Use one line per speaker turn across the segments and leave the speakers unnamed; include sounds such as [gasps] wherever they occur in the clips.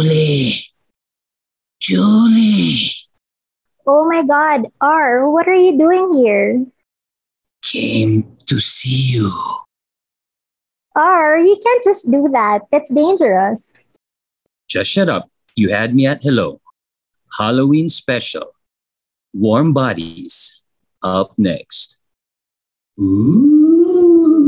Julie. Julie.
Oh my God, R, what are you doing here?
Came to see you.
R, you can't just do that. That's dangerous.
Just shut up. You had me at hello. Halloween special. Warm bodies. Up next. Ooh.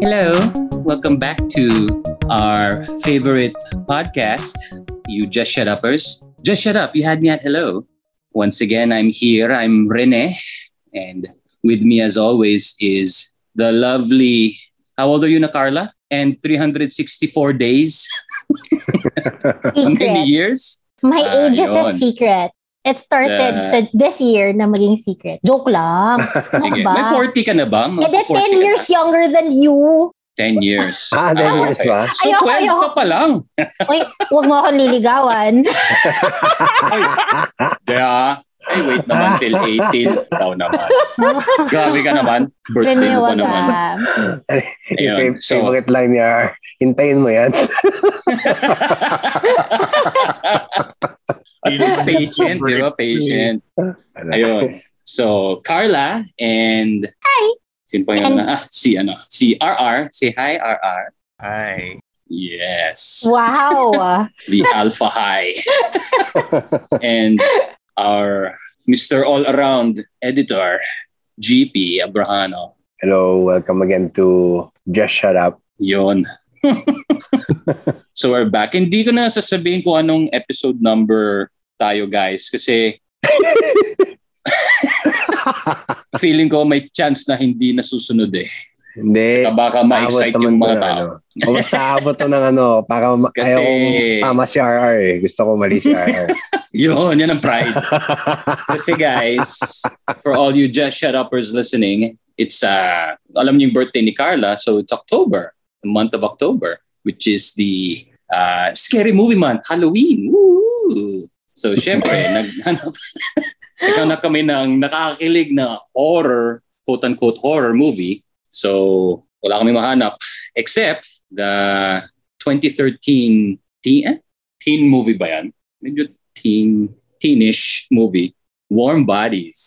Hello. Welcome back to our favorite podcast, You Just Shut Uppers. Just Shut Up. You had me at hello. Once again, I'm here. I'm Rene. And with me, as always, is the lovely, how old are you na, Carla? And 364
[laughs]
days? How many
Secret.
years?
My
Ah,
age is a
yun.
secret. It started
Yeah.
th- this year na maging secret.
[laughs]
Joke lang.
Sige.
ba?
May 40 ka na ba? Mag-
Eh, di,
40 ka
10 years younger than
Na?
you.
10 years.
Ah, then yes
okay.
ba?
So
Ayoko,
12
ayoko.
ka pa lang.
Uy, huwag mo akong
[laughs]
liligawan.
Ay, kaya, ay wait naman till 18. Ikaw naman. Grabe ka naman. Birthday mo
Rene,
pa
wag
naman.
[laughs] ah.
Yung
Ayun,
fav-
so-
favorite line niya, hintayin mo yan.
It is patient, di ba? Patient. Ayun. So, Carla and...
Hi.
Sino pa yun?
And-
Ah, si ano? Si RR. Say hi, RR.
Hi.
Yes.
Wow.
The Alpha
[laughs]
High. and our Mr. All-Around Editor, GP Abrahano.
Hello, welcome again to Just Shut
[laughs]
Up.
Yun. so we're back. Hindi ko na sasabihin kung anong episode number tayo guys kasi feeling ko may chance na hindi nasusunod eh. [laughs]
Hindi.
Saka baka ma-excite
Aabot
yung mga
naman to ng
tao.
Ano. O basta abot to ng ano, para ma-
Kasi-
ayaw kong tama si RR eh. Gusto ko mali si
[laughs]
RR.
Yun, yan ang pride. Kasi guys, for all you just shut uppers listening, it's uh alam niyo yung birthday ni Carla, so it's October, the month of October, which is the uh, scary movie month, Halloween. Woo! So syempre, naghanap [laughs] ikaw na kami ng nakakakilig na horror, quote-unquote horror movie. So wala kami mahanap except the 2013 teen, eh? teen movie ba yan? Medyo teen, teenish movie Warm Bodies.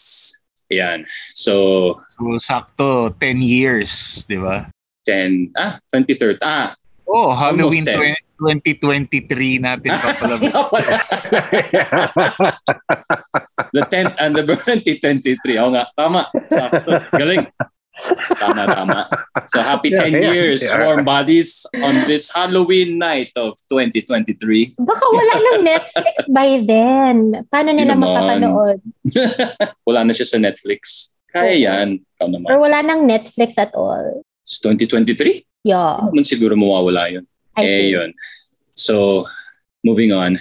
Ayan. So,
So, sakto, 10 years, di ba?
10, ah, 23rd. Ah, [laughs]
Oh, Halloween
Almost
2023 natin papalabas.
the 10th [laughs] anniversary 2023. Oo nga, tama. Sakto. Galing. Tama, tama. So, happy 10
Yeah, yeah,
years,
yeah.
Warm Bodies, on this Halloween night of 2023.
Baka wala ng Netflix by then. Paano
Hindi
nila
naman.
mapapanood?
[laughs] Wala na siya sa Netflix. Kaya
Oh.
yan. Ikaw naman.
Or wala ng Netflix at all.
It's 2023?
Yeah.
Hindi naman siguro mawawala yun. eh,
I think.
yun. So, moving on.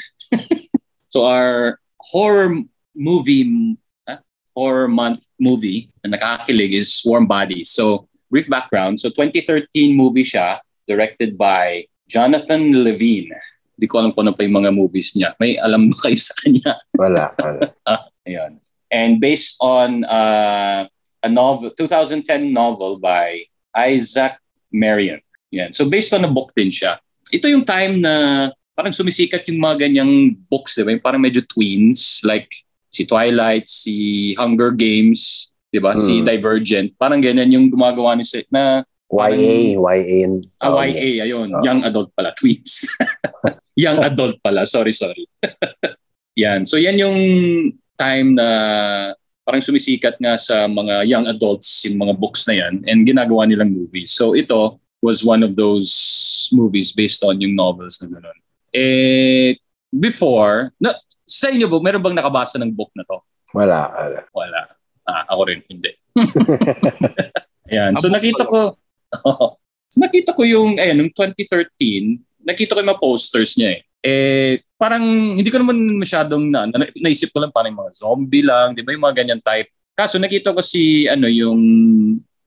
so, our horror m- movie, m- ah, horror month movie na nakakakilig is Warm Bodies. So, brief background. So, 2013 movie siya, directed by Jonathan Levine. Hindi ko alam kung ano pa yung mga movies niya. May alam ba kayo sa kanya?
wala, wala.
Ayan. And based on uh, a novel, 2010 novel by Isaac Marion. Yan. So based on a book din siya. Ito yung time na parang sumisikat yung mga ganyang books, di ba? Yung parang medyo twins, like si Twilight, si Hunger Games, di ba? Si
Mm.
Divergent. Parang ganyan yung gumagawa ni si- na
YA, YA. and-
Ah, YA, ayun.
Oo.
Young adult pala. Tweets. [laughs] young adult pala. Sorry, sorry. [laughs] yan. So yan yung time na parang sumisikat nga sa mga young adults yung mga books na yan and ginagawa nilang movies. So ito was one of those movies based on yung novels na ganun. Eh, before, na, sa inyo ba, meron bang nakabasa ng book na to?
Wala, wala.
Wala. Ah, ako rin, hindi. Ayan. So
Abot
nakita
pa
ko, [laughs] so, nakita ko yung, ayan, yung 2013, nakita ko yung mga posters niya eh. Eh, parang hindi ko naman masyadong na, na naisip ko lang parang mga zombie lang, di ba yung mga ganyan type. Kaso nakita ko si, ano, yung,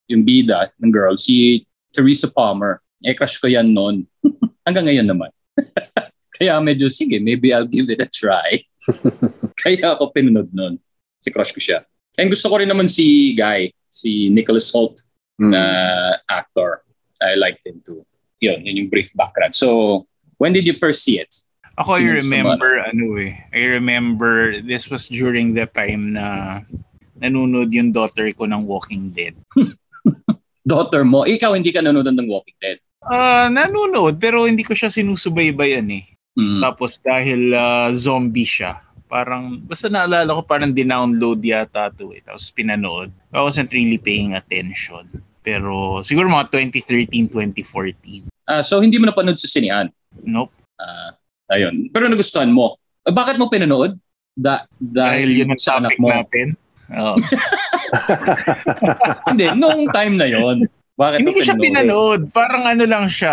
yung bida ng girl, si Teresa Palmer. Eh, crush ko yan noon. [laughs] Hanggang ngayon naman. [laughs] Kaya medyo, sige, maybe I'll give it a try. Kaya ako pinunod noon. Si crush ko siya. And gusto ko rin naman si Guy, si Nicholas Holt
Mm.
na actor. I liked him too. Yun, yun yung brief background. So, when did you first see it?
Ako, I
Sino gusto
remember, ano eh, I remember, this was during the time na nanonood yung daughter ko ng Walking Dead.
Daughter mo, ikaw hindi ka nanonood ng Walking Dead.
Ah, nanonood, pero hindi ko siya sinusubaybayan eh.
Mm.
Tapos dahil ah, zombie siya, parang, basta naalala ko, parang dinownload yata to eh. Tapos pinanood. I wasn't really paying attention. Pero siguro mga 2013, 2014.
Ah, so, hindi mo napanood sa sinehan.
Nope.
Ah, ayun. Pero nagustuhan mo. Ah, bakit mo pinanood? Da-
Dahil
dahil,
yun ang
sa anak
topic
mo.
natin. Oo.
[laughs] hindi, noong time na yon. Bakit
Hindi
mo
ko siya pinanood. Parang ano lang siya.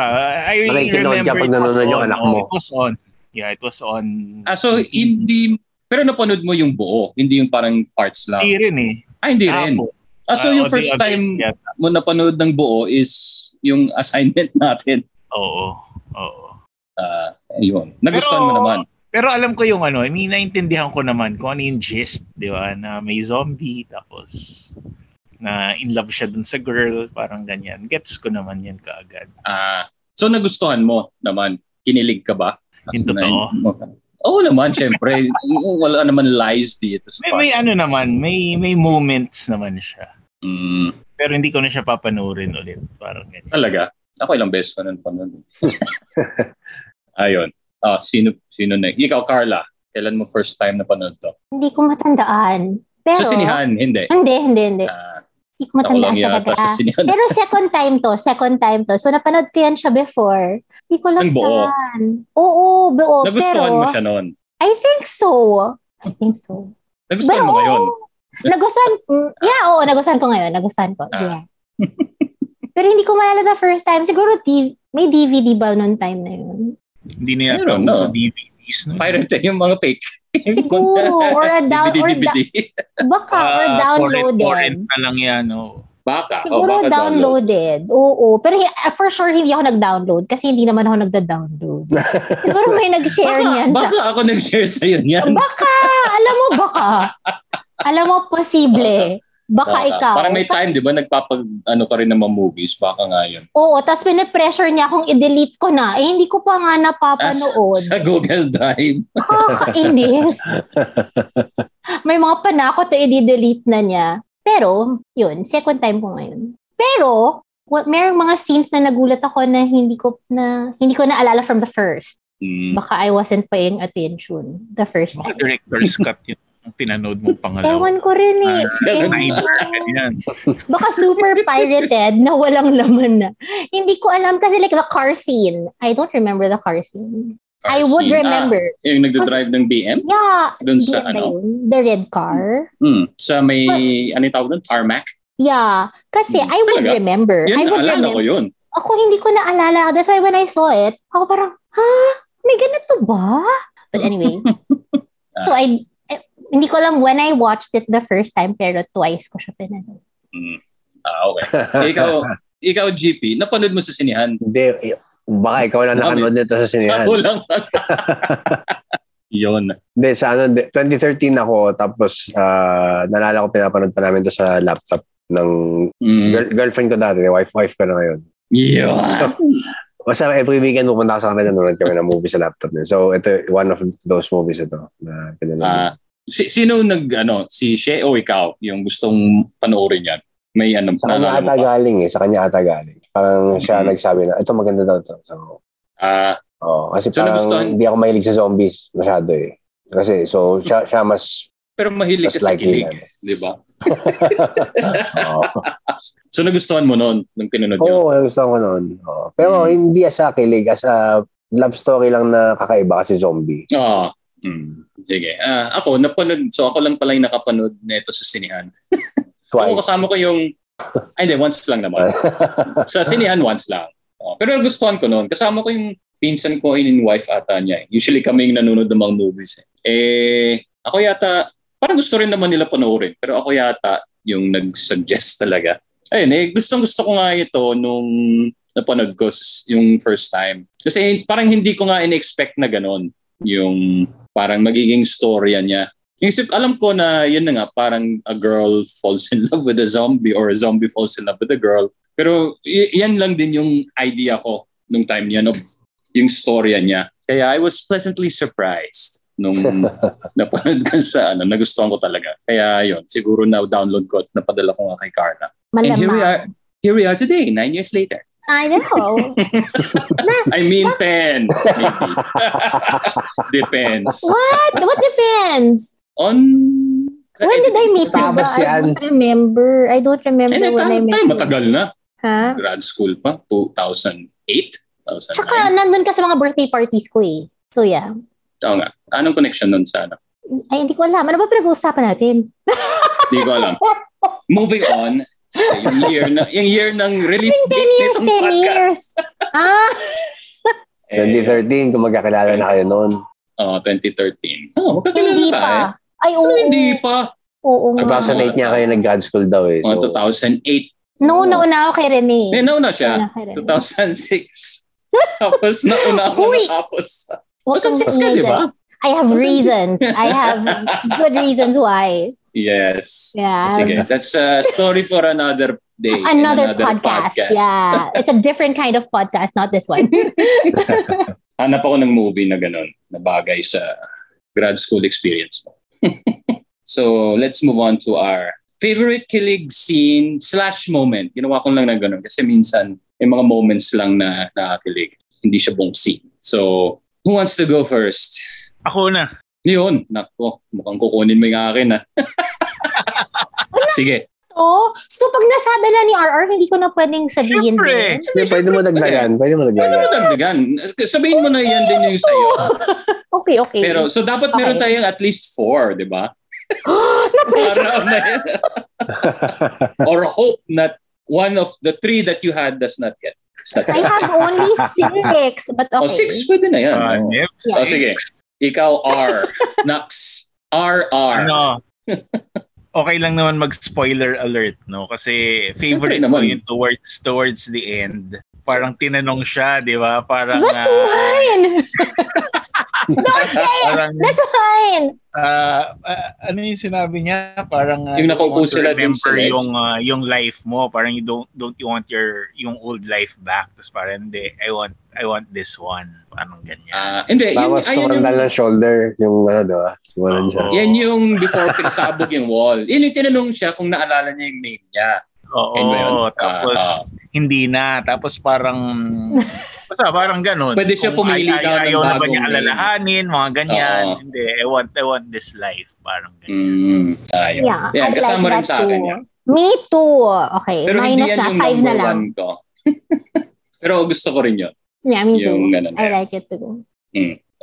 I
Parang
remember
kinood ka pag
it was
nanonood yung
on. Oh,
anak mo.
It was on. Yeah, it was on.
Ah, so, hindi... Pero napanood mo yung buo, hindi yung parang parts lang.
Hindi rin eh.
Ah, hindi rin.
Apo.
Ah, so
Ah,
yung
o, the
first
other-
time
yeah.
mo napanood ng buo is yung assignment [laughs] natin.
Oo. Oo.
Ah, yun. Nagustuhan mo
Pero-
naman.
Pero alam ko yung ano, I mean, naintindihan ko naman kung ano yung gist, di ba? Na may zombie, tapos na in love siya dun sa girl, parang ganyan. Gets ko naman yan kaagad.
Ah, so nagustuhan mo naman. Kinilig ka ba?
Yung
As
totoo?
na- Oo naman,
[laughs]
syempre. Wala naman lies dito. Sa
May, may ano naman, may, may moments naman siya.
Mm,
Pero hindi ko na siya papanoorin ulit. Parang ganyan.
talaga? Ako ilang beses ko na napanood. Ayun. Ah, sino, sino na? Ikaw, Carla. Kailan mo first time napanood to?
Hindi ko matandaan. Pero,
sa sinihan, hindi.
Hindi, hindi, hindi.
Ah,
Hindi ko
ako
matandaan
lang yata
talaga.
sa sinihan.
Pero second time to, second time to. So napanood ko yan siya before. Hindi ko lang
Ang buo.
saan. Oo, buo.
Nagustuhan
pero,
mo siya noon.
I think so. I think so.
Nagustuhan mo
oo,
ngayon.
Nagustuhan, mm, yeah, oo, nagustuhan ko ngayon. Nagustuhan ko,
Ah.
yeah. Pero hindi ko maalala the first time. Siguro TV, may DVD ba noon time na yun?
Hindi na
I
yata
don't know.
uso DVDs. No?
Pirate [laughs] yung mga fake. [laughs]
Siguro, or a down- or
DVD, DVD.
Baka,
Ah,
or
torrent-
downloaded.
Torrent na lang yan. Oh.
Baka. o
Siguro
baka download.
downloaded. Oo. Pero hi- uh, for sure, hindi ako nag-download kasi hindi naman ako nagda-download.
[laughs]
Siguro may nag-share
Baka,
niyan.
baka ako nag-share sa'yo niyan. [laughs]
Baka, alam mo baka. Alam mo, posible. Baka ikaw.
Parang may time, di ba, nagpapag, ano ka rin ng mga movies. Baka nga yun.
Oo, tapos pinipressure niya akong i-delete ko na. Eh, hindi ko pa nga
Tas-
napapanood.
Sa Google Drive.
Kakainis. May mga panakot na i-delete na niya. Pero, yun, second time ko ngayon. Pero, wa- may mga scenes na nagulat ako na hindi ko na hindi ko naalala from the first.
Mm.
Baka I wasn't paying attention the first
Baka
time.
director's
[laughs]
cut yun. Ang pinanood mong
ano?
pangalawa.
Ewan ko rin eh.
Ewan ko.
Snyder, ganyan.
Baka super pirated na walang laman na. Hindi ko alam kasi like the car scene. I don't remember the car scene. I would
Scene.
remember.
Ah, yung nagdadrive ng BM?
Yeah.
Doon sa ano?
Di- ba yun? The red car.
Mm. Sa may, ano yung tawag doon? Tarmac?
Yeah. Kasi
Hmm,
I would
talaga?
remember.
Yun,
I would
naalala ko
remember.
yun.
Ako hindi ko naalala. That's why when I saw it, ako parang, ha? May ganito ba? But
[laughs]
anyway. so I, eh, hindi ko alam when I watched it the first time, pero twice ko siya pinanood.
Mm. Ah,
[laughs]
okay. Ikaw, ikaw, GP, napanood mo sa sinihan?
Hindi, eh, baka ikaw lang nakanood nito
[laughs]
sa sinehan.
Ako lang. yun.
Hindi, sa ano, 2013 ako, tapos ah, nalala ko pinapanood pa namin to sa laptop ng
Mm.
girl- girlfriend ko dati, wife-wife ko na ngayon.
Yeah.
Basta every weekend pupunta ako sa kanila, nanonood kami ng movie sa laptop niya. So ito, one of those movies ito na pinanood.
Ah, si, sino nag, ano, si She o ikaw, yung gustong panoorin yan? May ano,
sa kanya
naalala mo
ata
pa?
galing eh, sa kanya ata galing. Parang siya
Mhm.
nagsabi na, ito maganda daw to. So,
Ah,
oh, kasi
So,
parang
nagustuhan-
hindi ako mahilig sa zombies masyado eh. Kasi, so, siya, siya mas,
Pero mahilig ka
Mas
sa kilig,
likely yan.
di ba?
oo.
So nagustuhan mo noon nung pinunod yun?
Oo, oh, gusto ko noon. Oo. Pero
Mm.
hindi as a kilig, as a love story lang na kakaiba kasi zombie.
Oo. Mm. Sige. Ah, ako, napanood. So ako lang pala yung nakapanood nito sa sinihan. Ako
Twice.
kasama ko yung... Ay, hindi. Once lang naman.
[laughs]
sa sinihan, once lang. Oo. Pero nagustuhan ko noon. Kasama ko yung pinsan ko in wife ata niya. eh. Usually kami yung nanonood ng mga movies. Eh. eh, ako yata... Parang gusto rin naman nila panoorin. Pero ako yata yung nag-suggest talaga. Ayun eh, gustong gusto ko nga ito nung napanood ko s- yung first time. Kasi parang hindi ko nga in-expect na ganon yung parang magiging storya niya. Isip, alam ko na yun na nga, parang a girl falls in love with a zombie or a zombie falls in love with a girl. Pero y- yan lang din yung idea ko nung time niyan of yung storya niya. Kaya I was pleasantly surprised nung napanood ko sa ano, nagustuhan ko talaga. Kaya yun, siguro na download ko at napadala ko nga kay Carla. And here we
Malamang.
are, here we are today, nine years later.
I
[laughs]
know.
I mean, ten, maybe. [laughs] Depends.
What? What depends?
On... Eh,
When did I meet you?
Tabas
ba? I
yan.
don't remember. I don't remember
Hindi,
when I
tayo,
met
Eh, tayo
you.
matagal na.
Ha?
Grad school pa, 2008? 2009?
Tsaka nandun ka sa mga birthday parties ko eh. So yeah.
Oo nga. Anong connection nun sa ano?
Ay, hindi ko alam. Ano ba pinag-uusapan natin? [laughs]
Hindi ko alam. Moving on. Yung year, na, yung year ng release
Yung 10
date
years,
nitong
10
podcast.
years. Ah,
Eh,
2013, kung magkakilala na kayo noon.
oh, 2013. Oh, magkakilala
hindi
tayo. Ano,
pa. Ay, oo.
eh. Hindi pa.
Oo nga.
2008 niya kayo nag-grad school daw eh.
Oh,
So,
2008.
No, nauna ako kay Rene.
Eh, nauna siya.
Nauna kay Rene.
2006. Tapos nauna ako
Uy!
natapos.
Huwag
2006
kang
ka,
maingay
di ba?
dyan. I have
2006.
reasons. I
[laughs]
have good reasons why.
Yes.
Yeah.
Oh, Sige, that's a story for another day. and
Another, podcast. Yeah. It's a different kind of podcast, not this
[laughs]
one.
Hanap ako ng movie na ganun, na bagay sa grad school experience mo. [laughs] so, let's move on to our favorite kilig scene slash moment. Ginawa ko lang ng ganun kasi minsan may mga moments lang na nakakilig. Hindi siya buong scene. So, who wants to go first?
Ako na.
Yun, nako, mukhang kukunin mo yung akin ha. [laughs] Sige.
oh, so pag nasabi na ni RR, hindi ko na pwedeng sabihin
Siyempre.
din.
hindi, pwede mo dagdagan. Pwede mo
Pwede mo
dagdagan.
dagdagan. Sabihin mo na yan din yung sa'yo.
[laughs] Okay, okay. [gasps]
Pero, so dapat
Okay.
meron tayong at least four, di ba? [laughs]
Na-pressure.
Para na yan.
[laughs]
[laughs] Or hope that one of the three that you had does not get. Does not
I
get.
have only
[laughs]
six, but okay.
O Oh, six, pwede na yan.
Ah, yep.
O sige, ikaw
[laughs]
R. Nux. R, R. [laughs]
Ano? Okay lang naman mag-spoiler alert, no? Kasi favorite
Siyempre
ko
naman.
yun towards, towards the end. Parang tinanong siya, di ba? Parang,
That's
ah,
mine! Don't say it!
parang
That's mine!
ah, ah, ano yung sinabi niya? Parang ah,
Yung
you
nakaupo
want to
sila dun sa
remember
ledge.
yung ah, yung life mo. Parang you don't don't you want your yung old life back. Tapos parang hindi, I want I want this one. Parang ganyan.
Ah, hindi, yun,
Tapos
ayun
sobrang
yung,
dal ng shoulder. Yung ano, diba? Walang siya.
Oo.
yan yung before pinasabog yung wall. Yun yung tinanong siya kung naalala niya yung name niya.
Oo,
Yun ba yun?
tapos
Ah, ah.
hindi na. Tapos
[laughs]
parang, basta parang ganun.
Pwede siya
Kung
pumili
ay- ay-
daw ng
Ayaw na ba
bagong
niya
name?
alalahanin, mga ganyan.
Oo.
Hindi, I want, I want this life. Parang ganyan.
Mm, ayun.
Yeah,
Yan,
I like
kasama rin
that
sa akin
too.
yan.
Me too. Okay,
Pero hindi
minus
yan
na.
yung
Five
number
na lang.
one ko. [laughs] Pero gusto ko rin yun.
Yeah, me too.
Yung ganun.
I like it too.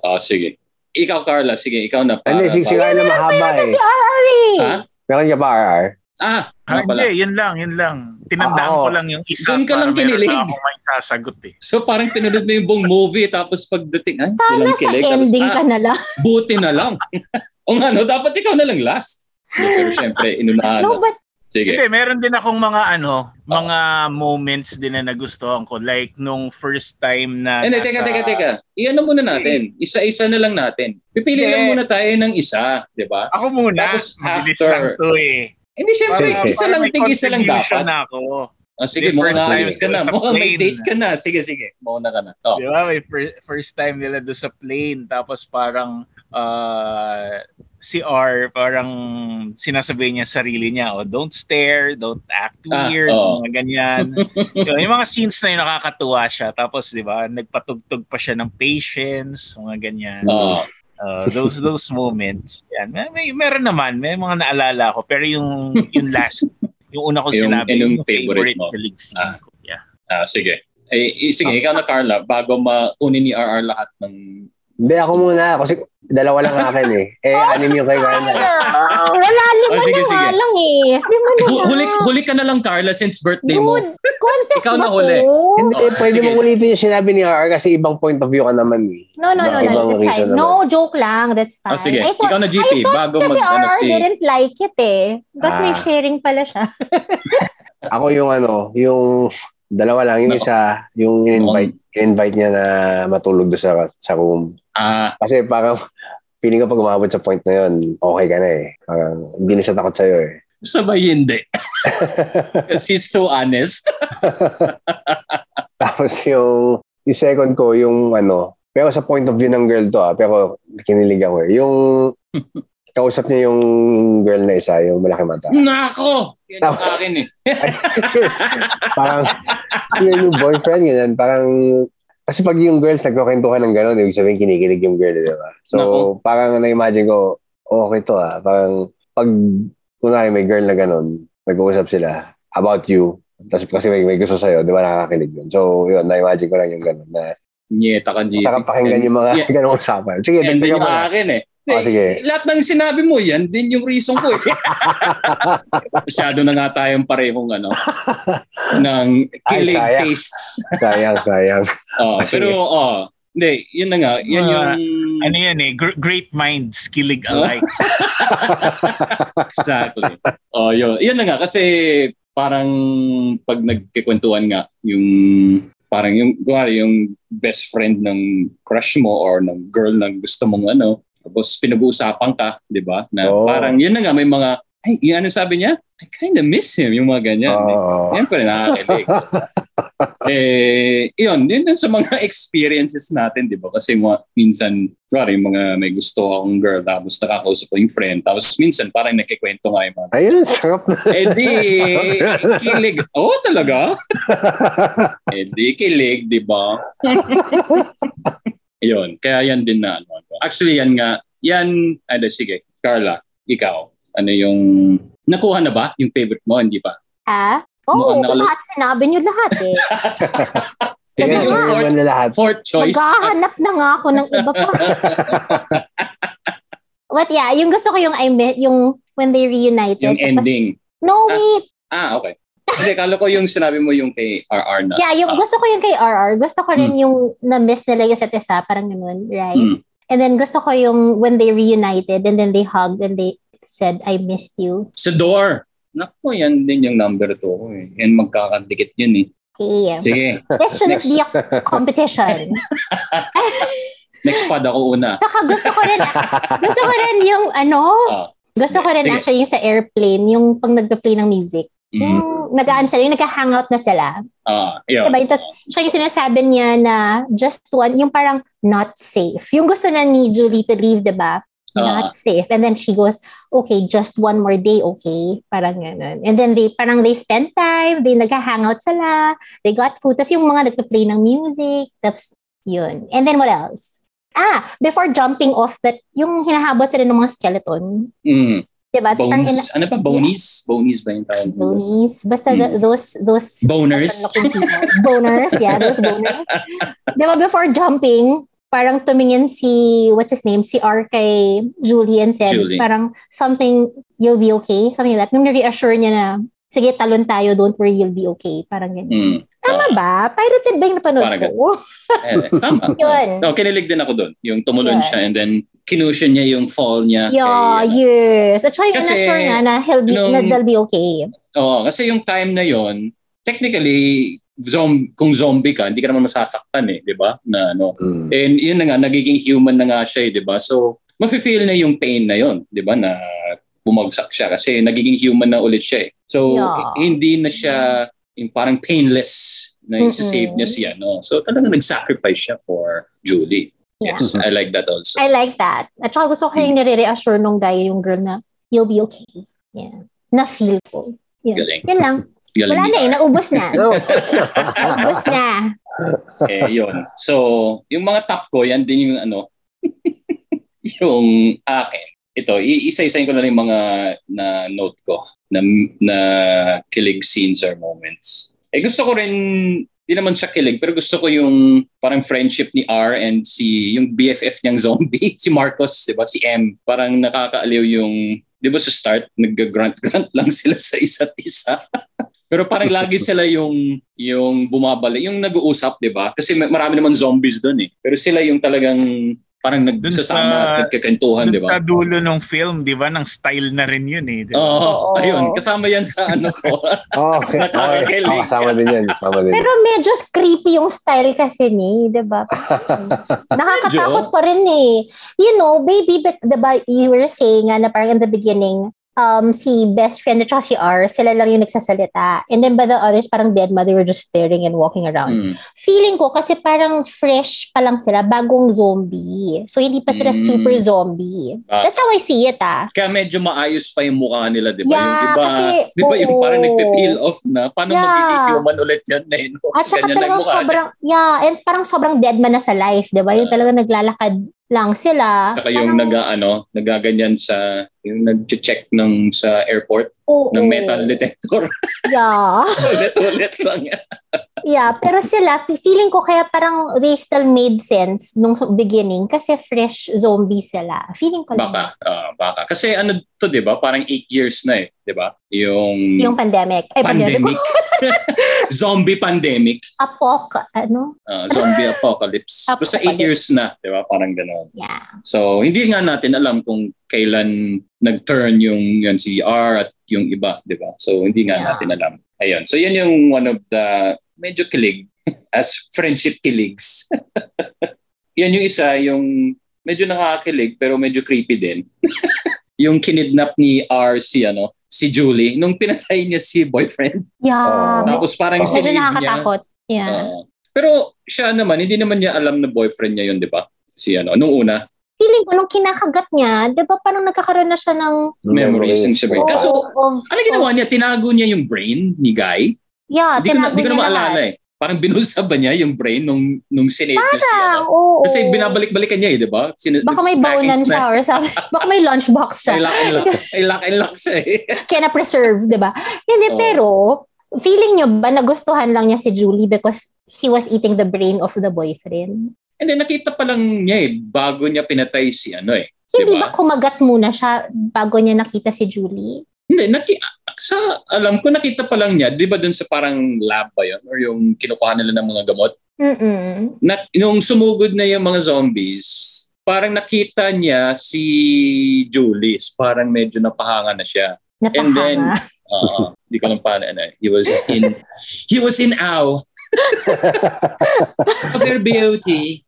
Oh, sige. Ikaw, Carla. Sige, ikaw na.
Ano,
para-
siksika na mahaba
Ito
eh.
si RR eh.
Ha?
Meron ka ba, RR?
Ah,
Ah,
ano pala?
hindi, yun lang, yun lang. Tinandaan
Oo.
ko lang yung isa.
Doon ka lang
para meron
kinilig.
na akong may sasagot eh.
So parang pinunod mo yung buong movie tapos pagdating, ay,
Sana
walang
sa
kilig. Tapos,
ending
ah,
ka na lang.
buti na lang. [laughs] o nga, no, dapat ikaw na lang last. Hindi, pero syempre, inunahan. na.
No, but
Sige.
Hindi, meron din akong mga ano, mga moments din na nagustuhan ko. Like nung first time na...
Hindi,
nasa-
teka, teka, teka. Iyan na muna natin. Isa-isa na lang natin. Pipili
Hindi.
lang muna tayo ng isa, di ba?
Ako muna.
Tapos
Mabilis
after.
lang to eh.
Hindi, syempre,
Parang-
isa lang,
may
tig-isa lang
contribution
dapat.
na ako.
Ah, sige,
Hindi,
mukhang
first
naalis
time
ka na.
sa
Mukhang may
plane.
date ka na. Sige, sige. Mauna ka na. Oh.
Di ba? May fir- first time nila doon sa plane. Tapos parang uh, si R, parang sinasabi niya sa sarili niya, oh, don't stare, don't act
Ah,
weird,
oo.
mga ganyan.
[laughs]
Yun, yung mga scenes na yun, nakakatuwa siya. Tapos, di ba, nagpatugtog pa siya ng patience, mga ganyan.
Oh.
Uh, those
[laughs]
those moments. Yan. May, may, meron naman, may mga naalala ko. Pero yung, yung last, yung una ko
Yung-
sinabi,
yung favorite mo.
kilig scene
Ah.
ko. Yeah.
Ah, sige. Eh, eh, sige, ikaw na Carla, bago makunin ni RR lahat ng...
Hindi, ako muna. Kasi dalawa lang akin eh.
[laughs]
Eh, anim yung kay
ay,
Carla.
ah, wala lima
Oh, sige,
na nga
sige.
lang eh.
[laughs]
Lima na
Hu-
lang.
huli, huli ka na lang Carla since birthday mo.
Dude, contest
Ikaw
ba
na huli.
to?
Hindi,
Oh,
Eh, pwede
sige.
mo ulitin yung sinabi ni RR kasi ibang point of view ka naman eh.
No, no, no,
Ibang
no. That's
reason
fine. No, joke lang. That's fine.
Ah, sige,
I thought,
ikaw na GP,
I thought
bago
kasi
mag... ano,
RR
si...
didn't like it eh. Tapos may
Ah.
sharing pala siya.
Ako yung ano, yung Dalawa lang. Yung
Nako.
isa, yung in-invite, in-invite niya na matulog doon sa, sa room.
Ah,
Kasi parang [laughs] feeling ko pag umabot sa point na yun, okay ka na eh. Parang hindi na siya takot sa'yo eh. [laughs]
sabay hindi. Kasi he's too honest.
Tapos yung, yung second ko, yung ano, pero sa point of view ng girl to ah, pero kinilig ako eh. Yung kausap niya yung girl na isa, yung malaki mata.
Nako! Yan ang
Tapos-
akin eh.
parang, [laughs] yun yung boyfriend, yun, parang, kasi pag yung girls nagkukwentuhan ng gano'n, ibig sabihin kinikilig yung girl, di ba? So,
Nako.
parang na-imagine ko, okay to ah. Parang, pag, kunwari may girl na gano'n, nag-uusap sila about you, tapos kasi may, may gusto sa'yo, di ba nakakakilig yun. So, yun, na-imagine ko lang yung gano'n na
Nyeta ka, Jimmy.
Saka pakinggan yung mga
Yeah.
ganong usapan. Sige,
Yan din
dagdagan
yung
mo na.
akin eh.
Oh, sige.
Lahat ng sinabi mo, yan din yung reason ko eh. Masyado na nga tayong parehong ano, ng killing
sayang.
tastes.
Sayang, sayang.
Oh,
Ah,
pero, oh, hindi, yun na nga. Yan
Ah,
yung
Ano yan eh, gr- great minds, kilig
Ah, [laughs]
alike.
exactly. Oh, yun. Yun na nga kasi parang pag nagkikwentuhan nga yung parang yung kuwari yung best friend ng crush mo or ng girl ng gusto mong ano tapos pinag-uusapan ka, 'di ba? Na
Oo.
parang yun na nga may mga ay, yung ano sabi niya? I kind of miss him, yung mga ganyan.
Oo.
Yan pa rin nakakakilig. eh, yun, yun din sa mga [laughs] experiences natin, di ba? Kasi mga, minsan, kuwari, yung mga may gusto akong girl, tapos nakakausap ko yung friend, tapos minsan parang nakikwento nga yung mga,
[laughs] Ayun, sarap na.
eh di, kilig. Oo, oh, talaga? Eh di, kilig, di ba? yun, kaya yan din na. Ano, ano. Actually, yan nga, yan, ano, sige, Carla, ikaw, ano yung, nakuha na ba yung favorite mo? Hindi pa.
Ha? Oo, oh,
Mukhang nakala-
lahat sinabi niyo lahat eh.
[laughs] Tingnan
Hindi,
ko
yung
naman na
[laughs]
lahat.
Fourth [laughs] choice.
Maghahanap na nga ako ng iba pa. But yeah, yung gusto ko yung I met, yung when they reunited.
ah, Yung
Tapos-
ending.
No, wait.
Ah, okay. Hindi, kala ko yung sinabi mo yung kay RR na.
Yeah,
Ah.
yung gusto ko yung kay RR. Gusto ko
Hmm.
rin yung na-miss nila yung set isa, parang ganun, right?
Mm.
And then gusto ko yung when they reunited and then they hugged and they said, I missed you.
Sa door. Naku, yan din yung number two ko eh. Yan magkakadikit yun eh.
Okay.
Sige,
This shouldn't
Next.
be a competition.
next pod ako una.
Saka gusto ko rin, gusto ko rin yung ano,
Ah.
gusto ko rin
Sige.
actually yung sa airplane, yung pag nagpa-play ng music.
Mm.
Yung nag-aan sila, yung nagka-hangout na sila.
Ah, yun.
Diba? Tapos siya yung sinasabi niya na just one, yung parang not safe. Yung gusto na ni Julie to leave, diba?
Ah.
Not safe. And then she goes, okay, just one more day, okay? Parang ganun. And then they, parang they spend time, they nagka-hangout sila, they got food. Tapos yung mga nagpa-play ng music, tapos yun. And then what else? Ah, before jumping off that, yung hinahabol sila ng mga skeleton.
Mm.
Diba? Tapos parang
Bones. Ano pa? Bonies? Bonies ba yung tawag? mo?
Bonies. Basta
Hmm.
th- those, those
Boners.
Looking people. boners, yeah, those boners. Di ba before jumping, parang tumingin si, what's his name, si R kay Julie and said,
Julie.
parang something, you'll be okay, something like that. Nung reassure niya na, sige, talon tayo, don't worry, you'll be okay. Parang ganyan.
Mm.
Tama ba? Pirated ba yung napanood
Parang
ko?
Eh, tama.
[laughs] Yun.
No, kinilig din ako doon. Yung tumulon
Yeah.
siya and then kinusyon niya yung fall niya.
yeah,
kay, ano.
yes. At saka yung
Kasi,
assure nga na, he'll be, na
nung-
they'll be okay.
Oo, kasi yung time na yon technically, zom- kung zombie ka, hindi ka naman masasaktan eh, di ba? Na ano,
Mm.
And yun na nga, nagiging human na nga siya, eh, di ba? So, mafe-feel na yung pain na yun, di ba? Na bumagsak siya kasi nagiging human na ulit siya eh. So,
Yeah.
h- hindi na siya yung parang painless na
Mm-mm.
isa-save niya siya, no? So, talaga nag-sacrifice siya for Julie.
Yeah.
Yes, I like that also.
I like that. At saka gusto ko yung nire-reassure nung guy, yung girl na, you'll be okay. Yeah. Na-feel ko. Yeah.
Galing.
Yun lang.
Galing
Wala na eh,
ni
naubos
[laughs]
na.
No.
naubos na.
Art. Eh, yun. So, yung mga top ko, yan din yung ano, [laughs] yung akin. Ito, i- isa-isayin ko na lang yung mga na note ko na, na kilig scenes or moments. Eh gusto ko rin, di naman siya kilig, pero gusto ko yung parang friendship ni R and si, yung BFF niyang zombie, [laughs] si Marcos, di ba? Si M. Parang nakakaaliw yung, di ba sa start, nag-grunt-grunt lang sila sa isa't isa. [laughs] pero parang
[laughs]
lagi sila yung yung bumabalik, yung nag-uusap, di ba? Kasi may- marami naman zombies doon eh. Pero sila yung talagang Parang
Dun sa-
nagsasama at nagkakantuhan, di
Dun
ba?
Sa dulo ng film, di ba? Nang style na rin yun eh. Di ba?
Oo,
Oo.
ayun. Kasama yan sa ano
[laughs]
ko.
[laughs] Okay. okay.
Nakakakilig.
Oh, kasama din yan. Kasama din.
Pero medyo creepy yung style kasi ni, di
[laughs]
ba? Nakakatakot
Medyo.
pa rin eh. You know, maybe, but diba, you were saying nga na parang in the beginning, um, si best friend at saka si R, sila lang yung nagsasalita. And then by the others, parang dead mother were just staring and walking around.
Mm.
Feeling ko kasi parang fresh pa lang sila, bagong zombie. So hindi pa sila
Mm.
super zombie.
Ah.
That's how I see it ah.
Kaya medyo maayos pa yung mukha nila, di ba? yung
Yeah,
iba,
kasi-
di ba yung
oo.
parang nagpe-peel off na? Paano
Yeah.
magiging human ulit yan na yun?
At
Ganyan na
saka
yung
talagang
mukha.
sobrang, yeah, and parang sobrang dead man na sa life, di ba? Yung
Ah.
talagang naglalakad lang sila.
Saka yung
Parang-
nag ano, nagaganyan sa yung nag-check ng sa airport
oo.
ng metal
[laughs]
detector. [laughs]
Yeah.
ulit ulit lang yan.
yeah, pero sila, feeling ko kaya parang they still made sense nung beginning kasi fresh zombie sila. Feeling ko lang.
Baka, ah, baka. Kasi ano to, 'di ba? Parang 8 years na eh, 'di ba? Yung,
Yung pandemic. Ay, [laughs]
pandemic. [laughs] zombie pandemic.
Apok. Ano?
Ah, zombie
[laughs]
apocalypse. Basta 8
Apocalypse.
years na, 'di ba? Parang ganoon.
Yeah.
So, hindi nga natin alam kung kailan nag-turn yung yun, si R at yung iba, di ba? So, hindi nga
Yeah.
natin alam. Ayun. So, yun yung one of the medyo kilig [laughs] as friendship kiligs. [laughs] yan yung isa, yung medyo nakakakilig pero medyo creepy din. [laughs] yung kinidnap ni R si, ano, si Julie nung pinatay niya si boyfriend.
Yeah.
Oo.
Medyo-
Tapos parang
Oo.
Medyo
sinave Oh. niya. Oh.
nakakatakot. eh. Yeah.
Oo. pero siya naman, hindi naman niya alam na boyfriend niya yun, di ba? Si ano, nung una,
feeling ko nung kinakagat niya, di ba parang nagkakaroon na siya ng
memories and shivering.
Oo.
Kaso,
of,
Ano ginawa niya? Tinago niya yung brain ni Guy?
yeah,
Hindi ko na,
Oh. Ah, tinago
di ko
niya
na maalala
lahat.
eh. Parang binulsa ba niya yung brain nung, nung sinave niya siya?
Ah, oo.
Kasi binabalik-balikan niya eh, di ba? Sin-
Baka may
snack and
bonan
snack.
siya or
[laughs]
something. Baka may lunchbox siya.
Ay, lock and lock. Ay, lock and lock siya eh. [laughs]
Kaya na-preserve, di ba? Hindi,
Oo.
pero feeling nyo ba nagustuhan lang niya si Julie because he was eating the brain of the boyfriend?
And then nakita pa lang niya eh, bago niya pinatay si ano eh. Di
Hindi
ba?
ba kumagat muna siya bago niya nakita si Julie?
Hindi, naki sa alam ko nakita pa lang niya, di ba dun sa parang lab ba yun? Or yung kinukuha nila ng mga gamot?
Mm-mm.
na, nung sumugod na yung mga zombies, parang nakita niya si Julius. Parang medyo napahanga na siya.
Napahanga.
And then, oo, hindi ko lang paano. Ano, eh. he was in, he was in awe of her beauty.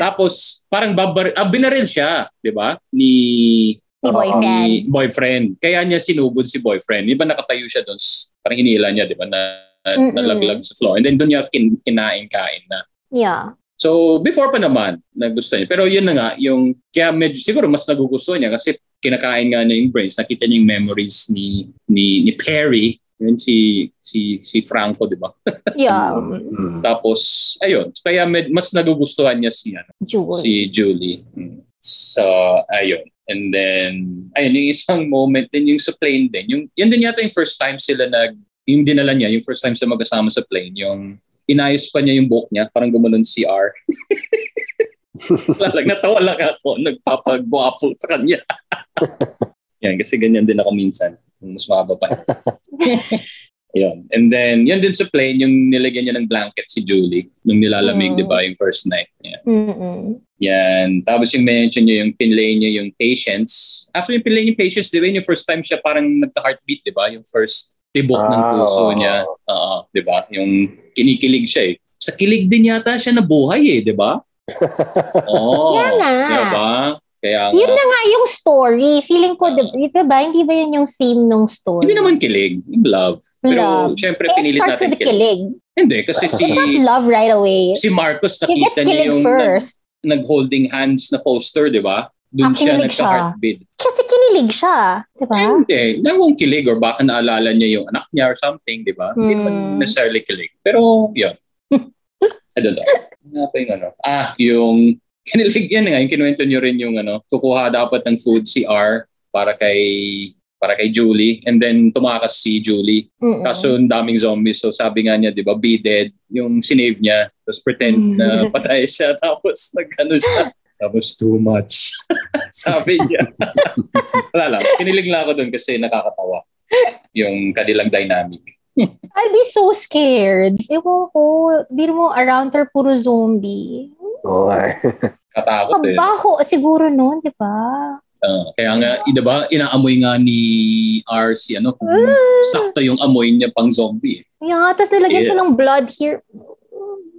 Tapos, parang babar, ah, binaril siya, di ba? Ni,
Ni boyfriend.
ni boyfriend. Kaya niya sinugod si boyfriend. Di ba nakatayo siya doon? Parang hinila niya, di ba? Na,
Mm-mm.
nalaglag sa floor. And then doon niya kin, kinain-kain na.
yeah.
So, before pa naman, nagustuhan niya. Pero yun na nga, yung, kaya medyo, siguro mas nagugustuhan niya kasi kinakain nga niya yung brains. Nakita niya yung memories ni, ni, ni Perry, yun si, si, si Franco, di ba?
Yeah.
um,
Mm.
Tapos, ayun. Kaya med, mas nagugustuhan niya si, ano,
Julie.
si Julie. Mm. So, ayun. And then, ayun, yung isang moment din, yung sa plane din. Yung, yun din yata yung first time sila nag, yung dinala niya, yung first time sila magkasama sa plane, yung inayos pa niya yung buhok niya, parang gumanon si R. Lalag, natawa lang ako, nagpapagwapo sa kanya. yan, kasi ganyan din ako minsan. Mas mahaba pa. Ayun. And then, yun din sa plane, yung nilagyan niya ng blanket si Julie, nung nilalamig,
Mm.
di ba, yung first night niya.
Mm-mm.
Yan. Tapos yung mention niya, yung pinlay niya, yung patience. After yung pinlay niya, yung patience, di ba, yun yung first time siya parang nagka-heartbeat, di ba? Yung first tibok ng
Ah,
puso
oo. [laughs]
niya. Oo, di ba? Yung kinikilig siya eh. Sa kilig din yata siya nabuhay eh, di ba? Oo.
[laughs] Kaya nga.
Di ba? Kaya nga.
Yun na nga yung story. Feeling ko, di, di ba, hindi ba yun yung theme ng story?
Oh. Hindi naman kilig. Yung love. Pero
Love.
syempre,
Eh, it
pinilit
starts
natin
with
kilig.
kilig.
Hindi, kasi si,
Not love right away.
si Marcos
You get
nakita niya
kilig
yung nag-
first.
nag-holding hands na poster, di ba?
Ah,
Doon siya
kinilig siya.
nagka-heartbeat.
Kasi kinilig siya, diba? di ba?
Hindi. Nangong kilig or baka naalala niya yung anak niya or something, di ba? Hindi naman
Hmm.
necessarily kilig. Pero, yun. I don't know. Ano nga pa yung ano? Ah, yung [laughs] kinilig yan nga. Yung kinuwento niyo rin yung ano, kukuha dapat ng food si R para kay para kay Julie and then tumakas si Julie
Mm-mm.
kaso ang daming zombies so sabi nga niya di ba be dead yung sinave niya tapos pretend na patay siya [laughs] tapos nagano siya tapos too much [laughs] sabi niya [laughs] wala lang kinilig lang ako doon kasi nakakatawa yung kanilang dynamic
I'll be so scared. Ewan ko, biro mo around her, puro zombie.
Oo, ay.
Katakot eh.
Kabaho siguro diba? noon, di ba?
Ah, kaya nga, ina ba, inaamoy nga ni RC, ano, kung
Ah.
sakto yung amoy niya pang zombie. eh.
Yeah, tapos nilagyan siya
Yeah.
ng blood here.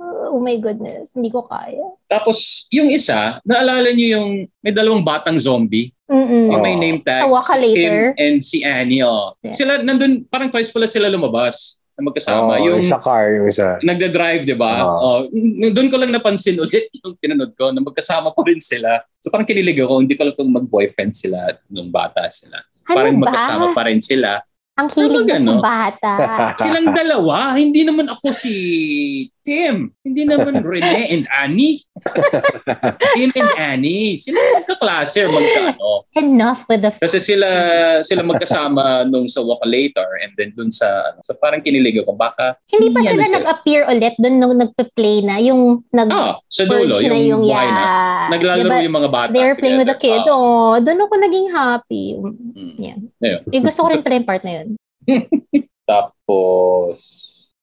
Oh my goodness, hindi ko kaya.
Tapos, yung isa, naalala niyo yung may dalawang batang zombie?
Mm-mm.
Yung may
Oh.
name tag.
Tawa ka
si Tim
later.
and si Annie, oh.
Yeah.
Sila, nandun, parang twice pala sila lumabas na magkasama.
Oo,
yung
isa car, yung isa.
nagda-drive, di ba?
Oo.
Oh. doon ko lang napansin [laughs] ulit yung pinanood ko na magkasama pa rin sila. So parang kinilig ako, hindi ko alam kung mag-boyfriend sila nung bata sila.
Ano
parang
ba?
magkasama pa rin sila.
Ang hilig
Talaga,
niya sa
no? [laughs]
bata.
[laughs]
Silang dalawa, hindi naman ako si Tim. Hindi
[laughs]
naman Rene and Annie. Tim and Annie. Sila magkaklase or magkaano.
Enough with the...
Kasi sila sila magkasama nung sa Walk Later and then dun sa, ano, so parang kinilig ako. Baka,
Hindi pa
Yan
sila
sila.
nag-appear ulit doon nung nagpe-play na. Yung nag
ah, sa dulo,
purge
yung,
na yung
buhay na.
yeah.
Naglalaro
Diba,
yung mga [laughs] bata.
They were playing with the kids.
together.
Oh, doon ako naging happy.
Ah, mm.
Yeah.
Ayun.
Eh, gusto ko rin pala yung part na yun.
Tapos,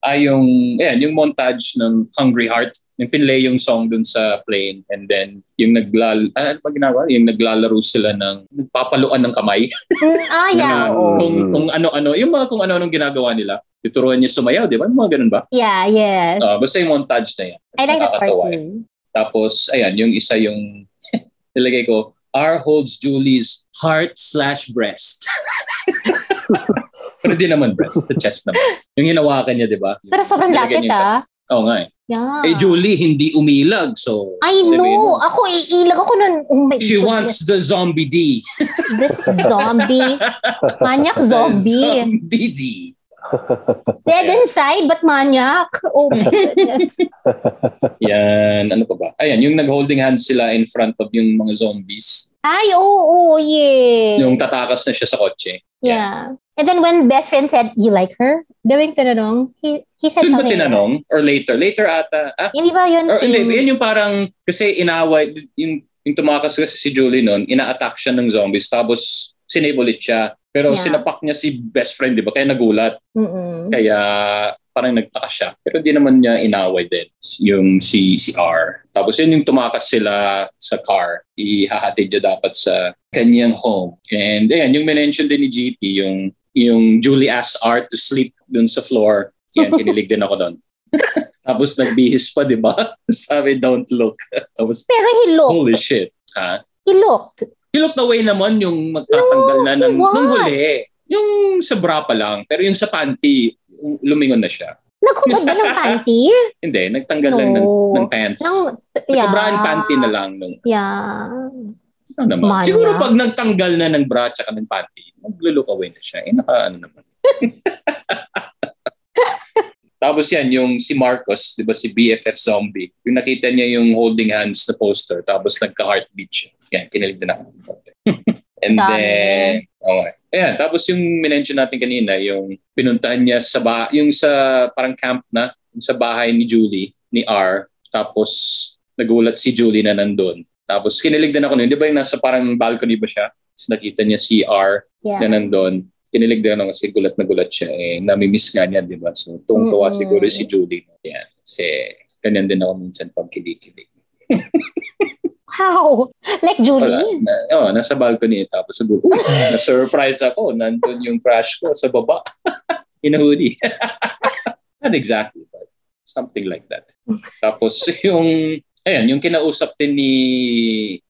ay yung, ayan, yung montage ng Hungry Heart, yung pinlay yung song dun sa plane and then yung naglal ah, ano pa ginawa? Yung naglalaro sila ng nagpapaluan ng kamay.
Mm, ah, [laughs]
Na-
yeah. oo.
Kung, kung ano-ano, yung mga kung ano-anong ginagawa nila. Tuturuan niya sumayaw, di ba? Yung Mga ganun ba?
Yeah, yes.
Ah, basta yung montage na yan.
I like that part
nakakatawa eh.
too.
Tapos, ayan, yung isa yung [laughs] nilagay ko, R holds Julie's heart slash breast. [laughs] Pero di naman breast, the chest naman. Yung hinawakan niya, di ba?
Pero Ah. sobrang
Nilagay
lapit
niya yung-
ah.
Oo nga eh.
Yeah.
Eh, Julie, hindi umilag. So,
I
sabihin
know.
mo,
Ako, iilag ako nun. Oh my
She
goodness.
wants the zombie D.
This zombie.
[laughs]
Manyak zombie.
zombie D.
Dead inside, but manyak. Oh
[laughs]
my goodness.
Yan, ano pa ba? Ayan, yung nag-holding hands sila in front of yung mga zombies.
Ay, oo, oo, yeah.
Yung tatakas na siya sa kotse.
yeah. And then when best friend said, you like her? Dawing tinanong, he, he said
Doon ba
something.
tinanong? Or later? Later ata. Ah,
Hindi ba yun?
Or,
si-
hindi, yun yung parang, kasi inaway, yung, yung tumakas kasi si Julie noon, ina-attack siya ng zombies, tapos sinibulit siya. Pero
Yeah.
sinapak niya si best friend, di ba? Kaya nagulat.
Mm-mm.
Kaya parang nagtaka siya. Pero di naman niya inaway din yung si, si R. Tapos yun yung tumakas sila sa car. Ihahatid niya dapat sa kanyang home. And ayan, yung minention din ni GP, yung, yung Julie asked R to sleep dun sa floor. Yan, kinilig din ako dun. [laughs] Tapos nagbihis pa, di ba? [laughs] Sabi, don't look. [laughs] Tapos,
Pero he looked.
holy shit. Ha?
He looked.
He looked away naman yung magtatanggal
No,
na
he
ng, ng
watched.
huli. Yung sa bra pa lang. Pero yung sa panty, lumingon na siya.
Naghubad
[laughs]
ba ng panty?
Hindi, nagtanggal lang ng,
No.
ng pants. Nang,
Nang, yeah.
panty na lang. Nung,
Yeah.
ano naman.
Manya.
Siguro pag nagtanggal na ng bra at ng panty, maglo-look away na siya. Eh, naka, ano naman. Tapos yan, yung si Marcos, di ba si BFF Zombie, yung nakita niya yung holding hands na poster, tapos nagka-heartbeat siya. Yan, kinilig na ako. [laughs] ng konti. And
Dami.
then, okay. Ayan, tapos yung minention natin kanina, yung pinuntahan niya sa, ba yung sa parang camp na, yung sa bahay ni Julie, ni R, tapos nagulat si Julie na nandun. Tapos kinilig din ako nun. Di ba yung nasa parang balcony ba siya? Tapos nakita niya si R,
Yeah.
na nandun, kinilig din ako kasi gulat na gulat siya. Eh, namimiss nga niya, di ba? So, tuwang-tuwa
Mm-mm.
siguro si Julie. Yan. Kasi, ganyan din ako minsan pag kinikilig.
Wow. Like
Wala.
Julie?
Na, oh, nasa balcony eh, tapos sabi ko, "Uy, na-surprise ako. Nandun yung crush ko sa baba. [laughs] In a hoodie. [laughs] Not exactly, but something like that. Tapos yung, ayan, yung kinausap din ni,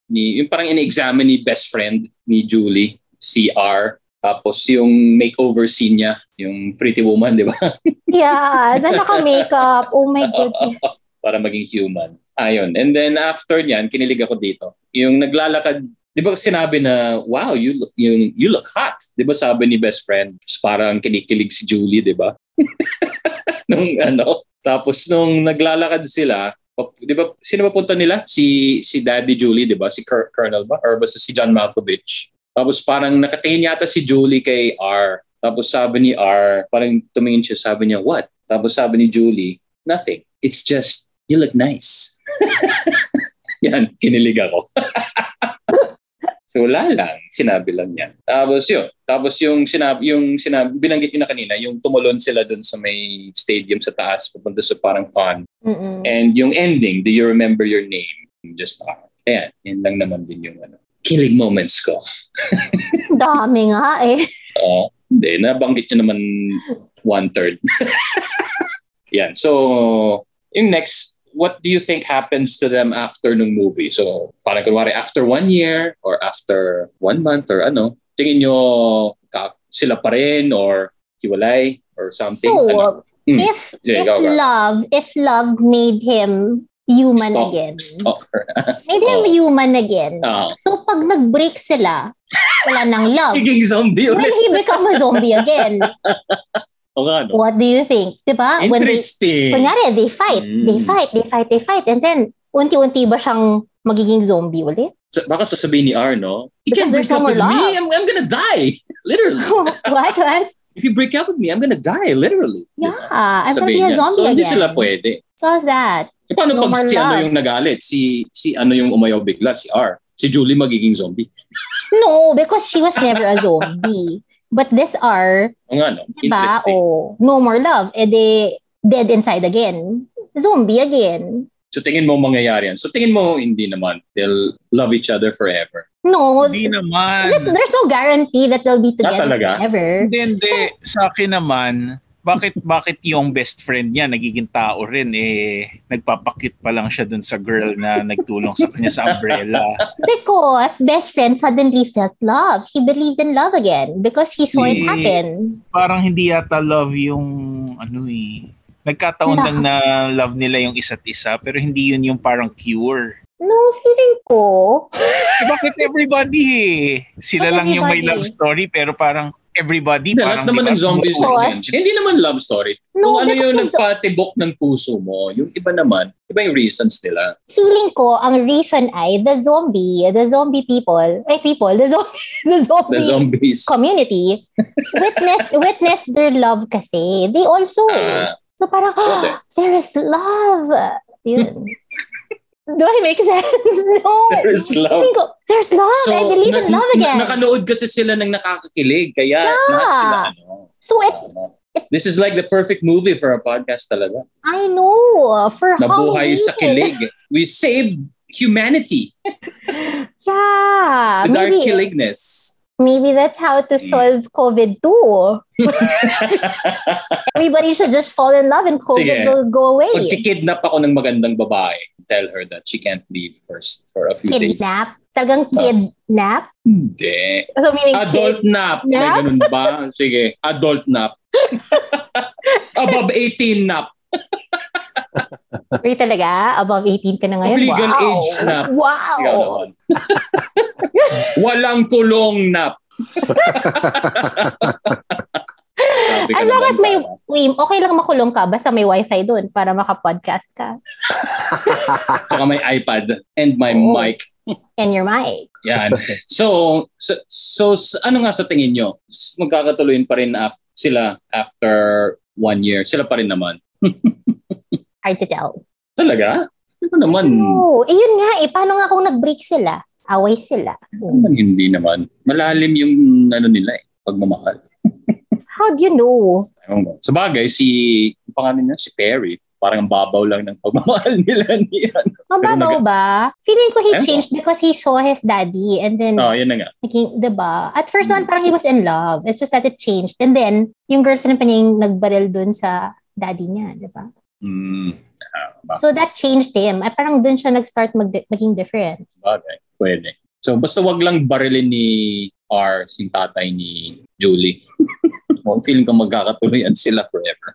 ni yung parang in-examine ni best friend ni Julie, si R. Tapos yung makeover scene niya, yung pretty woman, di ba?
[laughs] Yeah. Na naka-makeup. Oh
[laughs]
my goodness.
para maging human. Ayun. And then after niyan, kinilig ako dito. Yung naglalakad, 'di ba sinabi na, "Wow, you look you, you look hot." 'Di ba sabi ni best friend, Tapos parang kinikilig si Julie, 'di ba? [laughs] nung ano, tapos nung naglalakad sila, pa- 'di ba sino ba punta nila? Si si Daddy Julie, 'di ba? Si Col- Colonel ba? Or basta si John Malkovich. Tapos parang nakatingin yata si Julie kay R. Tapos sabi ni R, parang tumingin siya, sabi niya, what? Tapos sabi ni Julie, nothing. It's just, you look nice. [laughs] yan, kinilig ako. [laughs] so wala lang, sinabi lang yan. Tapos yun, tapos yung sinabi, yung sinabi, binanggit yun na kanina, yung tumulon sila dun sa may stadium sa taas, papunta sa parang pond.
Mm-mm.
And yung ending, do you remember your name? Just, ah, ayan, yun lang naman din yung ano, killing moments ko.
Dami nga eh.
Oo. Hindi, nabanggit nyo naman one-third. [laughs] Yan. So, yung next, what do you think happens to them after ng movie? So, parang kunwari, after one year or after one month or ano, tingin nyo ka- sila pa rin or hiwalay or something?
so, uh,
ano? Mm.
if,
Yeah,
if
ikaw ka.
love, if love made him human
Stalk-
again.
Stalker.
Made him
Oh.
human again.
Ah.
So pag nag-break sila, wala nang love.
Nagiging zombie
Will
ulit.
he become a zombie
[laughs]
again?
O nga, no?
What do you think? Diba? When they,
Interesting.
kunyari, they fight, they
Mm.
fight, they fight, they fight. And then, unti-unti ba siyang magiging zombie ulit?
Sa- baka sasabihin ni R, no? You
Because
can't break
there's
up
no more
with me.
love."
I'm, I'm gonna die. Literally.
[laughs] what? What?
If you break up with me, I'm gonna die. Literally. Diba?
Yeah, I'm gonna be
Sabihin
a
niya.
zombie
So, hindi
again.
sila pwede.
Solve that.
So, paano
No
pag
more
si ano
love.
yung nagalit? Si, si ano yung umayaw bigla? Si R. Si Julie magiging zombie.
No, because she was never a zombie. But this are,
Ang ano,
diba,
interesting.
oh, no more love. E de, dead inside again. Zombie again.
So, tingin mo mangyayari yan. So, tingin mo hindi naman. They'll love each other forever.
No,
Hindi naman.
that- there's no guarantee that they'll be together
Ah, talaga?
forever.
Hindi, hindi. Sa akin naman, bakit bakit yung best friend niya nagiging tao rin eh nagpapakit pa lang siya dun sa girl na nagtulong sa kanya sa umbrella.
Because best friend suddenly felt love. He believed in love again because he saw it
Eh,
happen.
Parang hindi yata love yung ano eh. Nagkataon lang na love nila yung isa't isa pero hindi yun yung parang cure.
No, feeling ko,
Eh, bakit everybody eh? Sila
Bakit
lang yung may
everybody?
love story pero parang everybody
Hindi, lahat
parang
naman
diba,
ng zombie
So,
sa relationship. Hindi naman love story.
no,
Kung ano
because
yung
may zo-
nagpatibok ng puso mo, yung iba naman, iba yung reasons nila.
feeling ko, ang reason ay the zombie, the zombie people, eh people, the zombie, [laughs] the zombie,
The zombies.
community, [laughs] witness witness their love kasi. They also,
Ah,
so parang, [gasps]
Okay.
there is love. Yun. Do I make sense? [laughs] No.
there is love.
Feeling ko, there's love. I believe in
na-
love
na-
again.
nakanood kasi sila ng nakakakilig. Kaya lahat sila ano.
so it,
tama. [laughs] This is like the perfect movie for a podcast talaga.
I know, for
Nabuhay sa
Halloween.
kilig. We saved humanity.
Yeah.
with our
Maybe,
kiligness.
maybe that's how
Mm.
to solve COVID
[laughs]
too. Everybody should just fall in love and COVID
Sige.
will go away.
Pagkikidnap ako ng magandang babae, tell her that she can't leave first for a few days.
Kidnap? Talagang kidnap?
Hindi.
So meaning
Adult
kid-
nap. May
Nap?
ganun ba? Sige. Adult
[laughs]
nap. Above 18 nap.
Wait talaga? Above 18 ka na ngayon?
Legal
wow.
age nap.
Wow.
Ikaw naman. Walang kulong nap. Sabi ka
As long
naman,
as may,
tama.
may- okay lang makulong ka, basta may wifi doon para makapodcast ka.
Tsaka may iPad and my
Oo.
mic.
And your mic.
Yan. So, so, so, s- ano nga sa tingin nyo? S- Magkakatuloyin pa rin af- sila after one year. Sila pa rin naman.
Hard to tell.
Talaga? Ito naman.
Oo. Eh yun nga eh. Paano nga kung nag-break sila? Away sila.
naman Hindi naman. Malalim yung ano nila eh. Pagmamahal.
How do you know?
Ewan ko. Sa bagay, si, ang pangalan niya, si Perry. Parang ang babaw lang ng pagmamahal [laughs] nila niya.
Mababaw
Pero
ba? Feeling ko he
Ewan ko.
changed because he saw his daddy and then
Oh, Mm. yun na nga.
naging, di ba? At first naman parang he was in love. It's just that it changed. And then, yung girlfriend pa niya yung nagbaril dun sa daddy niya, di ba?
Mm. Ah, baka
So that changed him. Ay, parang dun siya nag-start mag- maging different.
bagay. Pwede. So, basta wag lang barilin ni R, si tatay ni Julie. Well, feeling ko magkakatuloyan sila forever.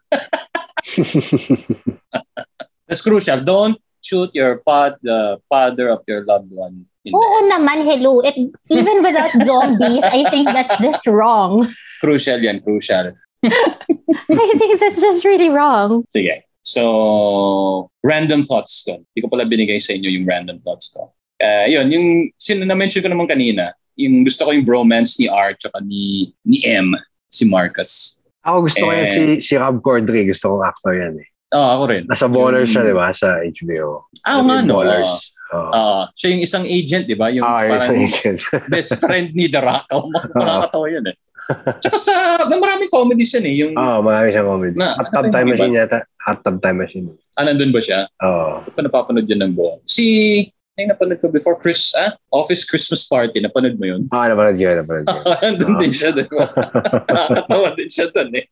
That's crucial. Don't shoot your fa- the father of your loved one. in the
Oo naman, hello. It, even without
[laughs]
zombies, I think that's just wrong. [laughs]
head. Crucial yan, crucial.
I think that's just really wrong.
Sige. So, random thoughts ko. Hindi ko pala binigay sa inyo yung random thoughts ko. Ah, yun, yung sin- na-mention ko naman kanina, yung gusto ko yung bromance ni R tsaka ni, ni M, si Marcus.
Ako gusto ko
Eh.
yan, si, si Rob Corddry. Gusto kong actor yan eh.
Oo, ako rin.
Nasa Ballers siya,
Yung-
di ba? Sa HBO.
Mm. Ah, oo nga, no.
Ballers.
Oo.
Oo.
Ah, siya yung isang agent, di ba? Yung
Ah, yun
parang
sa agent.
best friend ni The Rock. Oh, Nakakatawa yun eh. Tsaka sa, may maraming comedies yan eh. Yung,
[laughs] Oo, oh, marami siyang comedy.
Na-
Hot Tub Time Machine yata. Hot Tub Time Machine.
ah, nandun ba siya?
Oo.
Hindi ko pa napapanood yan ng buong. Si, ay napanood ko before, Chris, ah, Office Christmas Party, napanood mo yun? [laughs]
Ah, napanood yun, napanood yun.
Nandun
Ah.
din siya, di
[laughs]
ba? Nakakatawa din siya dun eh.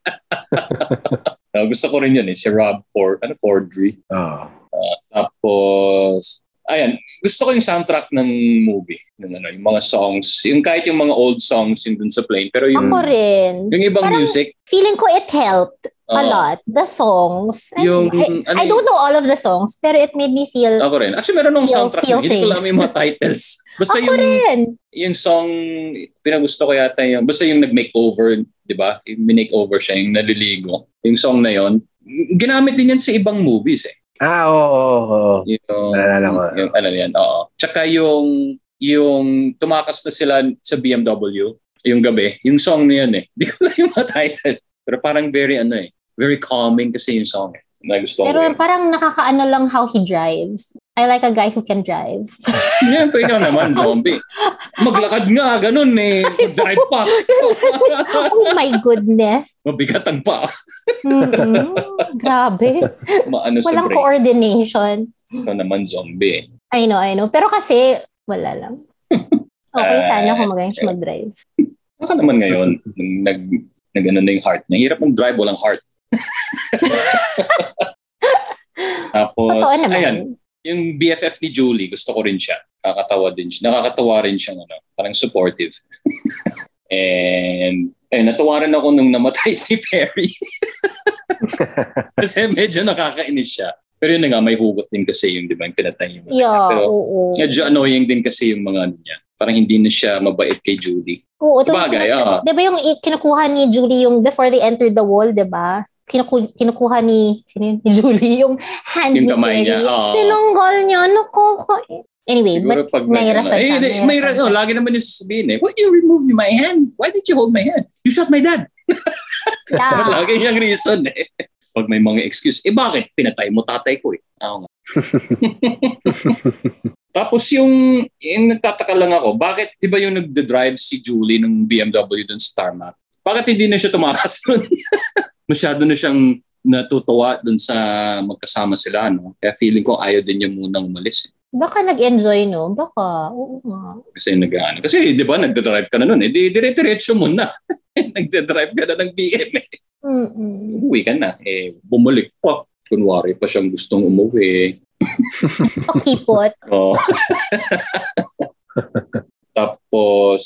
[laughs] Ah, gusto ko rin yun eh, si Rob Ford, ano, Fordry.
Oo.
Tapos, ayan, gusto ko yung soundtrack ng movie. Ng, ano, yung mga songs, yung kahit yung mga old songs yung dun sa plane, pero yung,
Ako rin.
yung ibang
Parang-
music, ah,
Feeling ko it helped a
oo.
lot. The songs. I-
Oh. Yung-
I,
ano
I
yun?
don't know all of the songs, pero it made me feel...
Ako rin. Actually, meron akong
Feel-
soundtrack.
feel
na, Hindi ko alam
things.
yung mga
[laughs]
titles. Basta
Ako
yung,
rin.
yung song, pinagusto ko yata yung, basta yung nag-makeover, di ba? Yung makeover siya, yung naliligo. Yung song na yon ginamit din yan sa ibang movies eh.
Ah, oo, oo, oo.
Yung,
Naalala ko.
yung, ano yan, oo. Tsaka yung, yung tumakas na sila sa BMW, yung gabi, yung song na yun eh. Hindi ko alam yung mga title. Pero parang very ano eh, very calming kasi yung song eh. Nagustuhan
Pero
ko [laughs] yun.
parang nakakaano lang how he drives. I like a guy who can drive. [laughs]
Siyempre, ikaw naman, zombie. Maglakad nga, ganun eh. Mag-drive
[laughs]
pa.
oh my goodness.
Mabigat ang pa.
Mm-mm. Grabe.
Maano sa
Walang
break.
coordination.
Ikaw naman, zombie. eh.
I know, I know. Pero kasi, wala lang. Okay,
Ah,
sana kung magaling siya mag-drive.
Baka naman ngayon, nung nag, nag ano na yung heart. Nahirap mong drive, walang heart. Tapos,
Totoo
ayan,
naman.
yung BFF ni Julie, gusto ko rin siya. Nakakatawa din siya. Nakakatawa rin siya, ano, parang supportive. [laughs] And, eh, natuwa rin ako nung namatay [laughs] si Perry. kasi medyo nakakainis siya. Pero yun na nga, may hugot din kasi yung, di ba, yung pinatay yung mga-
Yeah,
Pero
oo.
medyo annoying din kasi yung mga ano niya. Parang hindi na siya mabait kay Julie. ah,
Oo, ito
Sabagay, oo.
Di ba yung i- kinukuha ni Julie yung before they entered the wall, di ba? Kinuku- kinukuha ni, sino yun? ni Julie yung hand
Yung
ni
kamay niya.
Terry.
oo.
Tinunggal niya. Naku, ka- Anyway,
Siguro pag may,
may
ano,
rason siya,
eh, di-
may
may
rason
rason. Oh, lagi naman yung sasabihin eh, why you remove my hand? Why did you hold my hand? You shot my dad. [laughs]
but yeah.
Lagi yung reason eh. Pag may mga excuse, eh bakit? Pinatay mo tatay ko eh. Oo nga. Tapos yung, yung nagtataka lang ako, bakit, di ba yung nagde-drive si Julie ng BMW dun sa tarmac? Bakit hindi na siya tumakas dun? [laughs] Masyado na siyang natutuwa dun sa magkasama sila, no? Kaya feeling ko ayaw din niya munang umalis. eh.
Baka nag-enjoy, no? Baka, oo nga.
Kasi nag ano. Kasi di ba, nagde-drive ka na nun eh. Di, dire-diretso mo na. [laughs] nagde-drive ka na ng BM eh.
Mm-mm.
Uwi ka na. Eh, bumalik pa. Kunwari pa siyang gustong umuwi. Oh.
Pakipot.
Oo. Tapos,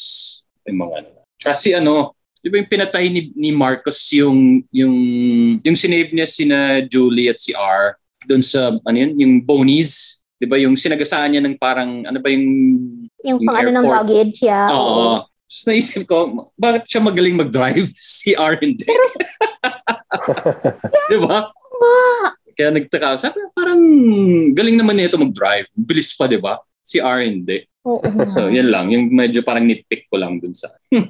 yung mga ano. Kasi ano, di ba yung pinatay ni, ni Marcos yung, yung, yung sinave niya sina Julie at si R doon sa, ano yun, yung bonies. Di ba yung sinagasaan niya ng parang, ano ba yung...
Yung
Yung
pang ano ng
airport.
luggage, yeah.
Oo. Tapos naisip ko, bakit siya magaling mag-drive [laughs] si R and D? [laughs] di ba? Kaya nagtaka. Sabi, parang galing naman nito mag-drive. Bilis pa, di ba? Si R and D. [laughs]
Oo. nga.
So, yan lang. Yung medyo parang nitpick ko lang dun sa... to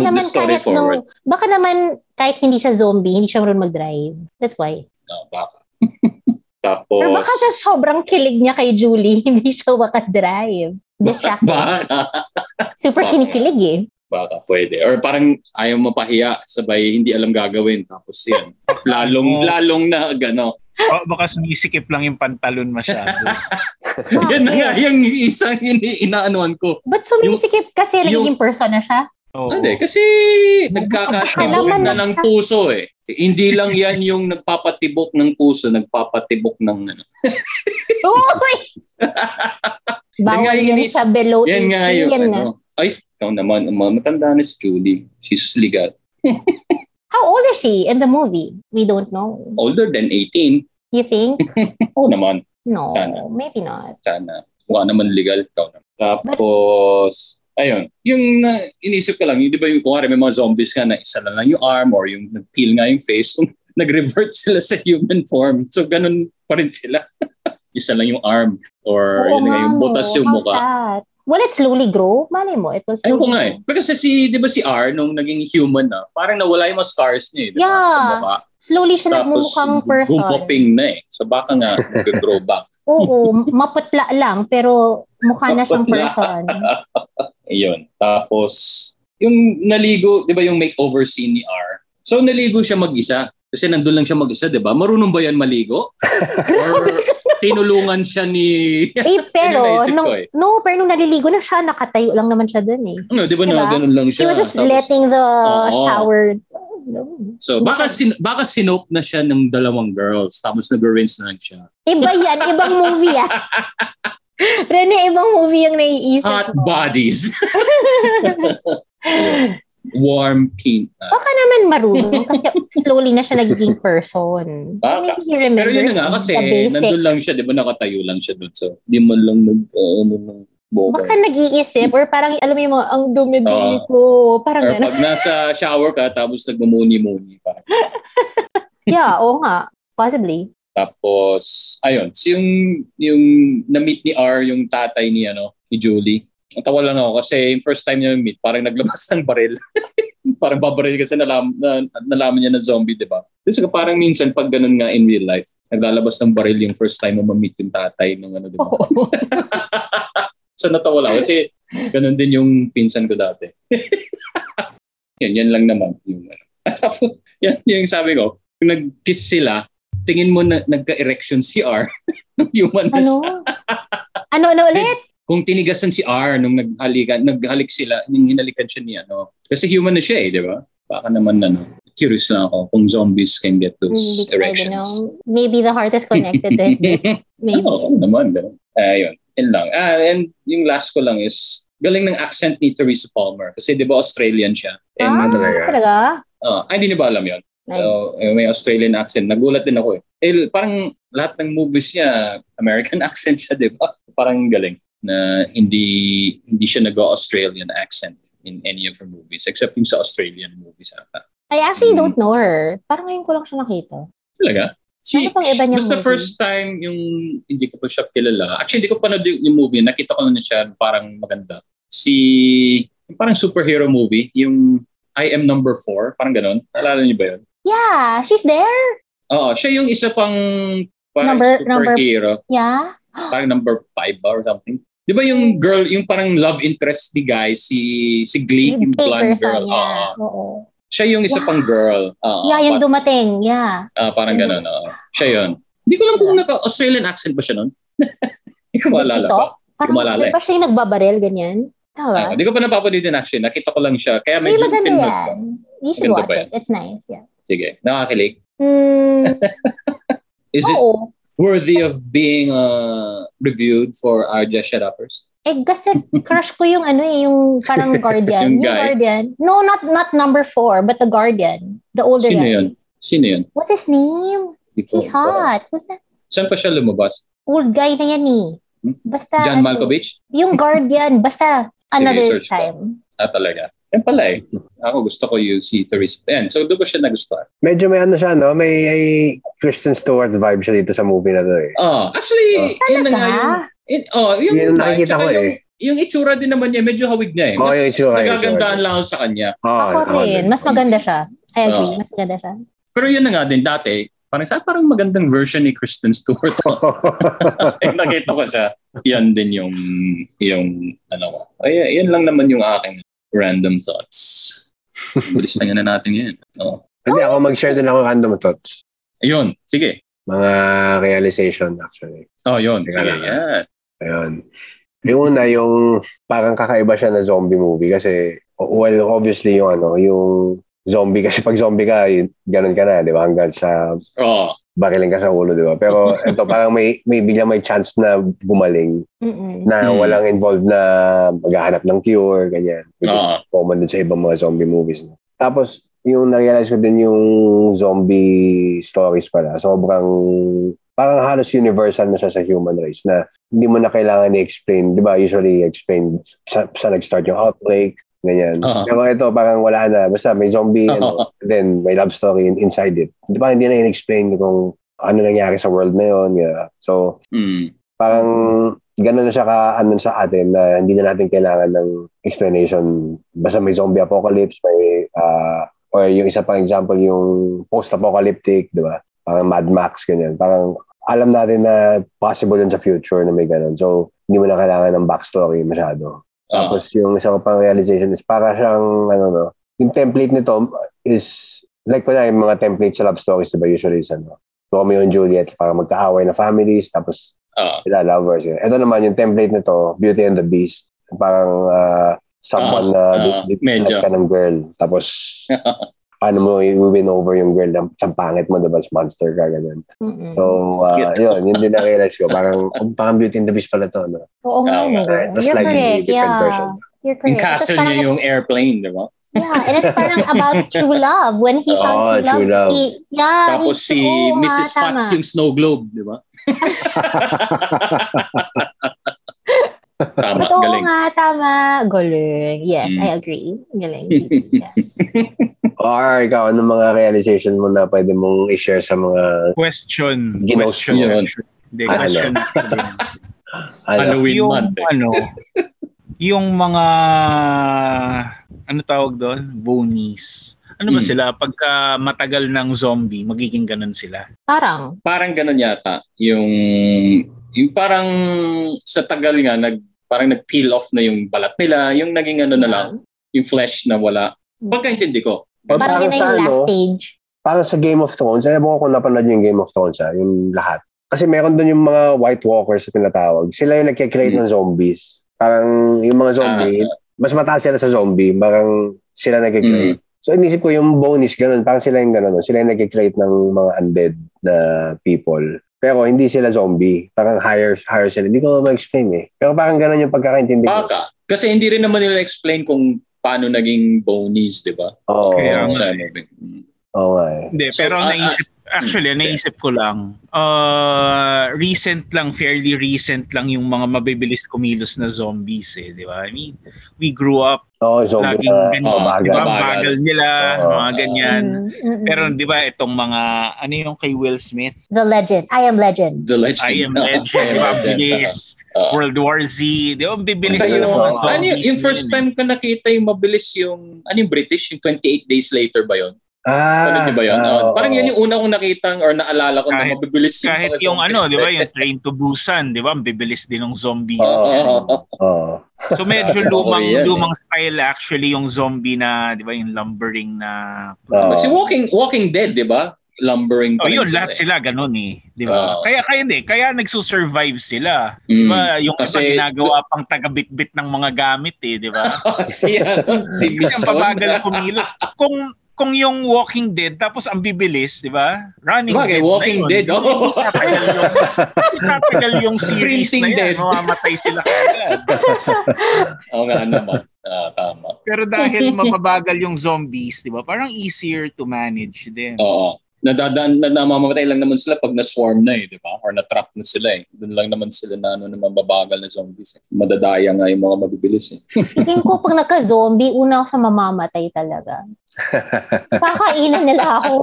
move the
naman
story
kahit
forward.
nung, baka naman kahit hindi siya zombie, hindi siya marunong mag-drive. That's why.
No, ah, baka. [laughs] Tapos...
Pero baka sa sobrang kilig niya kay Julie, [laughs] hindi siya makadrive. Distracted.
Baka. [laughs]
Super
Baka.
kinikilig eh.
Baka pwede. Or parang ayaw mapahiya, sabay hindi alam gagawin. Tapos yan. Lalong, lalong na
[laughs]
gano.
Oh, baka sumisikip lang yung pantalon masyado.
[laughs]
Oh.
Yan na nga,
Bakit?
yung isang ini inaanuan ko.
Ba't sumisikip kasi
yung-
nagiging person
[laughs]
na siya?
Oo.
Ah, Hindi, kasi nagkakatibok
Alaman
na
na
ng
siya.
puso eh. Hindi lang yan yung nagpapatibok ng puso, nagpapatibok ng ano.
Uy!
nga
Bawal
yung
yan
inis-
sa below
Yan
18.
nga yun.
Yan eh, na.
ano. Ay, ikaw naman. ma- Matanda na si Julie. She's legal.
How old is she in the movie? We don't know.
Older than 18.
You
[laughs]
think?
Oo naman.
No,
Sana.
maybe not.
Sana. Mukha naman legal. Ikaw naman. Tapos, ayun. Yung na, inisip ko lang, yung, di ba yung kung may mga zombies ka na isa lang lang yung arm or yung nag-peel nga yung face, kung [laughs] nag-revert sila sa human form. So, ganun pa rin sila. [laughs] isa lang yung arm or
Oo
yun nga,
nga,
yung butas
no.
yung
How's
mukha.
that? Will it slowly grow? Malay mo, it will slowly
Ayun ko nga eh.
grow.
Pero kasi si, di ba si R, nung naging human na, parang nawala yung mga scars niya eh, di ba? Sa
Yeah.
mukha.
Slowly siya
Tapos,
nagmumukhang person.
gumoping na eh. So baka [laughs] nga, mag-grow back. [laughs]
Oo, maputla lang, pero mukha na
[laughs]
siyang
Maputla.
person.
Ayun. Tapos, yung naligo, 'di ba yung makeover scene ni R? So naligo siya mag-isa. Kasi nandun lang siya mag-isa, 'di ba? Marunong ba yan [laughs] maligo? Or tinulungan siya ni [laughs]
Eh, pero,
naisip
nung,
ko eh.
no, pero nung naliligo na siya, nakatayo lang naman siya dun eh.
ano, 'di ba na
Diba?
ganun lang
She
siya.
was just
Tapos-
letting the
Oo.
shower.
So baka sin- baka sinope na siya ng dalawang girls tapos nag-rinse na lang siya.
Iba yan, ibang movie
[laughs]
yan. Rene, ibang movie yung naiisip
Hot
mo. [laughs]
bodies. [laughs] Warm pink. Ah,
Baka naman marunong kasi slowly na siya nagiging person.
Baka.
Maybe he
Pero
remembers
yun na nga kasi
the basic.
nandun lang siya, 'di ba nakatayo lang siya doon. So di man lang nag uh, ano ng boba.
Baka nag-iisip or parang alam mo yung mga, ang dumi-dumi ko. Parang
Or
gano'n.
pag nasa shower ka tapos nagmumuni-muni pa.
yeah, oo nga.
[laughs]
Possibly.
Tapos, ayun, si yung, yung na-meet ni R, yung tatay ni, ano, ni Julie. Natawa lang ako kasi yung first time niya na-meet, parang naglabas ng baril. [laughs] parang babaril kasi nalam, na, nalaman niya na zombie, di ba? Kasi parang minsan pag ganun nga in real life, naglalabas ng baril yung first time mo ma-meet yung tatay ng ano, di ba?
Oo.
So natawa lang kasi ganun din yung pinsan ko dati. [laughs] yan, yan lang naman. Yung, ano. [laughs] At tapos, yan, yung sabi ko, kung nag-kiss sila, tingin mo na nagka-erection si R. [laughs] nung human na siya.
ano? Ano, ano ulit?
Kung tinigasan si R nung naghalikan, naghalik sila, yung hinalikan siya niya, no? Kasi human na siya eh, di ba? Baka naman, ano, curious lang ako kung zombies can get
Hindi
those
ko I don't know.
erections.
Maybe the heart is connected to
[laughs]
his dick. Maybe.
Oo, oo naman. Ganun. Ah, yun. Yun lang. Ah, and yung last ko lang is, galing ng accent ni Teresa Palmer. Kasi di ba Australian siya? And,
ah,
talaga.
talaga?
ah, ay, hindi niyo ba alam yun?
Nice.
So, eh, may Australian accent. Nagulat din ako eh. eh. Parang lahat ng movies niya, American [laughs] accent siya, di ba? Parang galing na hindi hindi siya nag-Australian accent in any of her movies except yung sa Australian movies ata.
I actually
Mm.
don't know her. Parang ngayon ko lang siya nakita.
Talaga? Si,
Ano pang iba niyang
basta
movie?
first time yung hindi ko pa siya kilala. Actually, hindi ko panood yung, yung movie. Nakita ko na siya parang maganda. Si, yung parang superhero movie, yung I Am Number 4, parang ganun. Naalala niyo ba yun?
Yeah, she's there.
Oo, siya yung isa pang parang
Number- number-
superhero.
Yeah.
Parang number 5 ba or something. Di ba
Hmm.
yung girl, yung parang love interest ni guy, si, si Glee, yung
Big
blonde
person,
girl.
Yeah.
Oo.
Oo.
Siya yung isa
Yeah.
pang girl. Oo,
yeah, yung
pa-
dumating. Yeah.
ah, parang
Mm-hmm.
ganun. oo. Siya yun. Hindi ko alam
Diba?
kung naka-Australian accent ba siya nun. [laughs] Hindi ko maalala.
Dito?
pa.
Parang
Kumalala
di
eh.
ba siya yung nagbabarel, ganyan?
Ah,
Tama?
Hindi ko pa napapanood din actually. Nakita ko lang siya. Kaya
Ay,
medyo
maganda
pinanood ko.
yan. You should
Maganda ba
watch it. It's nice, yeah.
Sige. Nakakilig.
Mm,
[laughs] Is it
oo.
worthy of being uh, reviewed for our Just Shut Uppers?
Eh, kasi crush ko yung ano eh, yung
[laughs]
parang
Yung
guardian. yung,
guy.
guardian. No, not not number four, but the guardian. The older
Sino
guy.
yun? Oh, Sino yun?
What's his name?
Hindi ko-
He's hot. Who's that?
Saan pa siya lumabas?
Old guy na yan eh.
Hmm?
Basta,
John
ano,
Malkovich?
Yung guardian,
[laughs]
basta another
I-research ko.
time.
Ah, talaga. Yan pala eh. Ako gusto ko yung si Teresa. Yan. So, doon ko siya nagustuhan.
Medyo may ano siya, no? May ay, Kristen Stewart vibe siya dito sa movie na to eh.
Oh, actually, yun
Ano
na nga yung...
Talaga?
yun- oh, yung,
Yun ang nakikita
tsaka
ko
yung,
eh.
yung itsura din naman niya, medyo hawig niya eh.
Oo, yung Oh, itsura, yung
nagagandaan
itsura.
lang ako sa kanya.
Oo,
Ako
ako
rin.
din.
Mas maganda siya. I
Ah.
agree.
Oo.
Mas maganda siya.
Pero yun na nga din, dati, parang sa parang magandang version ni Kristen
[laughs]
Stewart. Eh, nakita ko siya. Yan din yung, yung, ano ko. Ay, yan lang naman yung aking random
[laughs]
thoughts. Bilis na nga na natin yan. Oh.
[laughs] Hindi, ako mag-share din ako ng random thoughts.
Ayun, sige.
Mga realization actually.
Oh, yun.
Teka
Sige,
lang.
yan.
Ayun. Yung una, yung parang kakaiba siya na zombie movie kasi, well, obviously yung ano, yung zombie [laughs] kasi pag zombie ka, yun, ganun ka na, di ba? Hanggang sa
Oh,
bakiling ka sa ulo, di ba? Pero ito, parang may, may bigla may chance na gumaling
Mm-mm.
na
Hmm.
walang involved na maghahanap ng cure, ganyan. Which is
oh.
common din sa ibang mga zombie movies. no? Tapos, yung na-realize ko din yung zombie stories pala, sobrang, parang halos universal na siya sa human race na hindi mo na kailangan i-explain, di ba? Usually, explain sa, sa nag-start yung outbreak, ganyan.
Oo.
Pero ito, parang wala na. Basta may zombie,
oh, Ah.
ano, then may love story in- inside it. Di ba, hindi na in-explain kung ano nangyari sa world na yun. yeah. So,
Mm.
parang ganun na siya ka ano sa atin na hindi na natin kailangan ng explanation basta may zombie apocalypse may ah, or yung isa pang example yung post-apocalyptic di ba parang Mad Max ganyan parang alam natin na possible yun sa future na may ganun so hindi mo na kailangan ng backstory masyado
Oo.
Tapos yung isa ko pang realization is para siyang, ano no, yung template nito is, like kunwari yung mga template sa love stories, diba usually is ano, Romeo and Juliet, para magkaaway na families, tapos
Oo.
sila lovers. Yun. Ito naman yung template nito, Beauty and the Beast, parang ah, someone na
Ah, ah,
di- di-
medyo.
ka ng girl,
[laughs]
tapos paano mo i-win over yung girl na sa pangit mo, diba, monster ka, ganun.
Mm-mm.
So, ah, yun, yun din na-realize ko. Parang, oh, parang Beauty and the Beast pala to, ano. no?
Oo nga.
Tama.
no?
Right, ah, that's
You're
like the
correct.
different
yeah.
version.
You're correct.
Yung castle
Tapos parang-
niya yung airplane, di ba?
Yeah, and it's parang
[laughs]
about true love. When he
Oh,
found
true
true
love.
love, he, yeah.
Tapos si
he- oo,
Mrs.
ah,
Potts
tama.
yung snow globe, di ba? Tama,
But oo
galing.
nga, tama. Galing. Yes,
Hmm.
Mm.
I agree.
[laughs]
Galing. yes.
Or ikaw, anong mga realization mo na pwede mong i-share sa mga
Question.
Ginos-
Question.
Yun.
actually. Hindi,
Ah,
question.
ano,
Halloween
yung
month. Eh.
[laughs] ano, yung mga, ano tawag doon? Bonies. Ano ba
Hmm.
sila? Pagka matagal ng zombie, magiging ganun sila.
Parang.
Parang ganun yata. Yung, yung parang sa tagal nga, nag, parang nag-peel off na yung balat nila. Yung naging ano na lang, yung flesh na wala. Pagkaintindi ko.
Parang,
Parang yun na
sa
yung
ano,
last stage.
parang sa Game of Thrones, alam mo kung napanood yung Game of Thrones, ha? yung lahat. Kasi meron doon yung mga White Walkers na tinatawag. Sila yung nagkikreate
Hmm. Ah,
ng zombies. Parang yung mga zombie, mas mataas sila sa zombie, parang sila nagkikreate. So inisip ko yung bonus, ganun, parang sila yung ganun, no? sila yung nagkikreate ng mga undead na people. Pero hindi sila zombie. Parang higher, higher sila. Hindi ko ma-explain eh. Pero parang ganun yung pagkakaintindi ko.
Ah, Baka. Kasi hindi rin naman nila explain kung paano naging bonies, di ba?
Oo.
Kaya- eh.
Sa ano movie.
Oo nga eh.
Hindi,
So,
pero
ah,
naisip, actually, naisip ko lang, uh, recent lang, fairly recent lang yung mga mabibilis kumilos na zombies eh, di ba? I mean, we grew up,
Oo, zombie
laging
na
ganyan,
babagal.
di ba?
Babagal.
Bagal nila,
Oo.
mga ganyan.
Mm, mm,
Pero
mm.
di ba, itong mga, ano yung kay Will Smith?
The legend. I am legend.
The Legend.
I am
I Am Legend.
legend, mabilis,
Oo.
World War Z, di ba? Bibilis
Saka
ka ng
yung,
mga
ano yun,
zombies.
yung first time ko nakita yung mabilis yung, ano yung British, yung 28 days later ba yun?
Ah,
Ano ba yun?
ah,
Oo. parang
oo.
yun yung una kong nakita or naalala ko na
Kahit-
mabilis yung
Kahit
mga
yung ano,
zombies.
di ba, yung Train to Busan, di ba? Ang bibilis din ng zombies.
Oo, oo, oo, oo.
Oo.
So medyo
Oo,
lumang
yan eh.
lumang style actually yung zombie na, 'di ba, yung lumbering na
Oo.
Kasi Walking Walking Dead, di ba? Lumbering
Oh,
rin
yun
sila
lahat
eh.
sila ganun eh, 'di ba?
Oo.
Kaya kaya hindi, kaya nagsusurvive sila.
Mm.
'Di
[laughs]
ba? Yung kasi,
Kasi-
ginagawa pang tagabitbit ng mga gamit eh, 'di ba?
si, ano, si Miss
Kasi ang
Ron.
babagal kumilos. Kung kung yung Walking Dead tapos ang bibilis, 'di ba? Running
Bagay,
na
Walking
yun.
Dead, oh. oo.
Tatagal yung tatagal yung series
Sprinting
na yan,
Dead.
mamamatay sila kagad.
[laughs] Oo nga naman. Ah, tama.
Pero dahil mababagal yung zombies, 'di ba? Parang easier to manage din.
Oo. Nadadaan, na namamatay lang naman sila pag na-swarm na eh, di ba? Or na-trap na sila eh. Doon lang naman sila na ano naman babagal na zombies eh. Madadaya nga yung mga mabibilis eh.
Tingin ko pag nagka-zombie, una ako sa mamamatay talaga. Kakainan nila ako.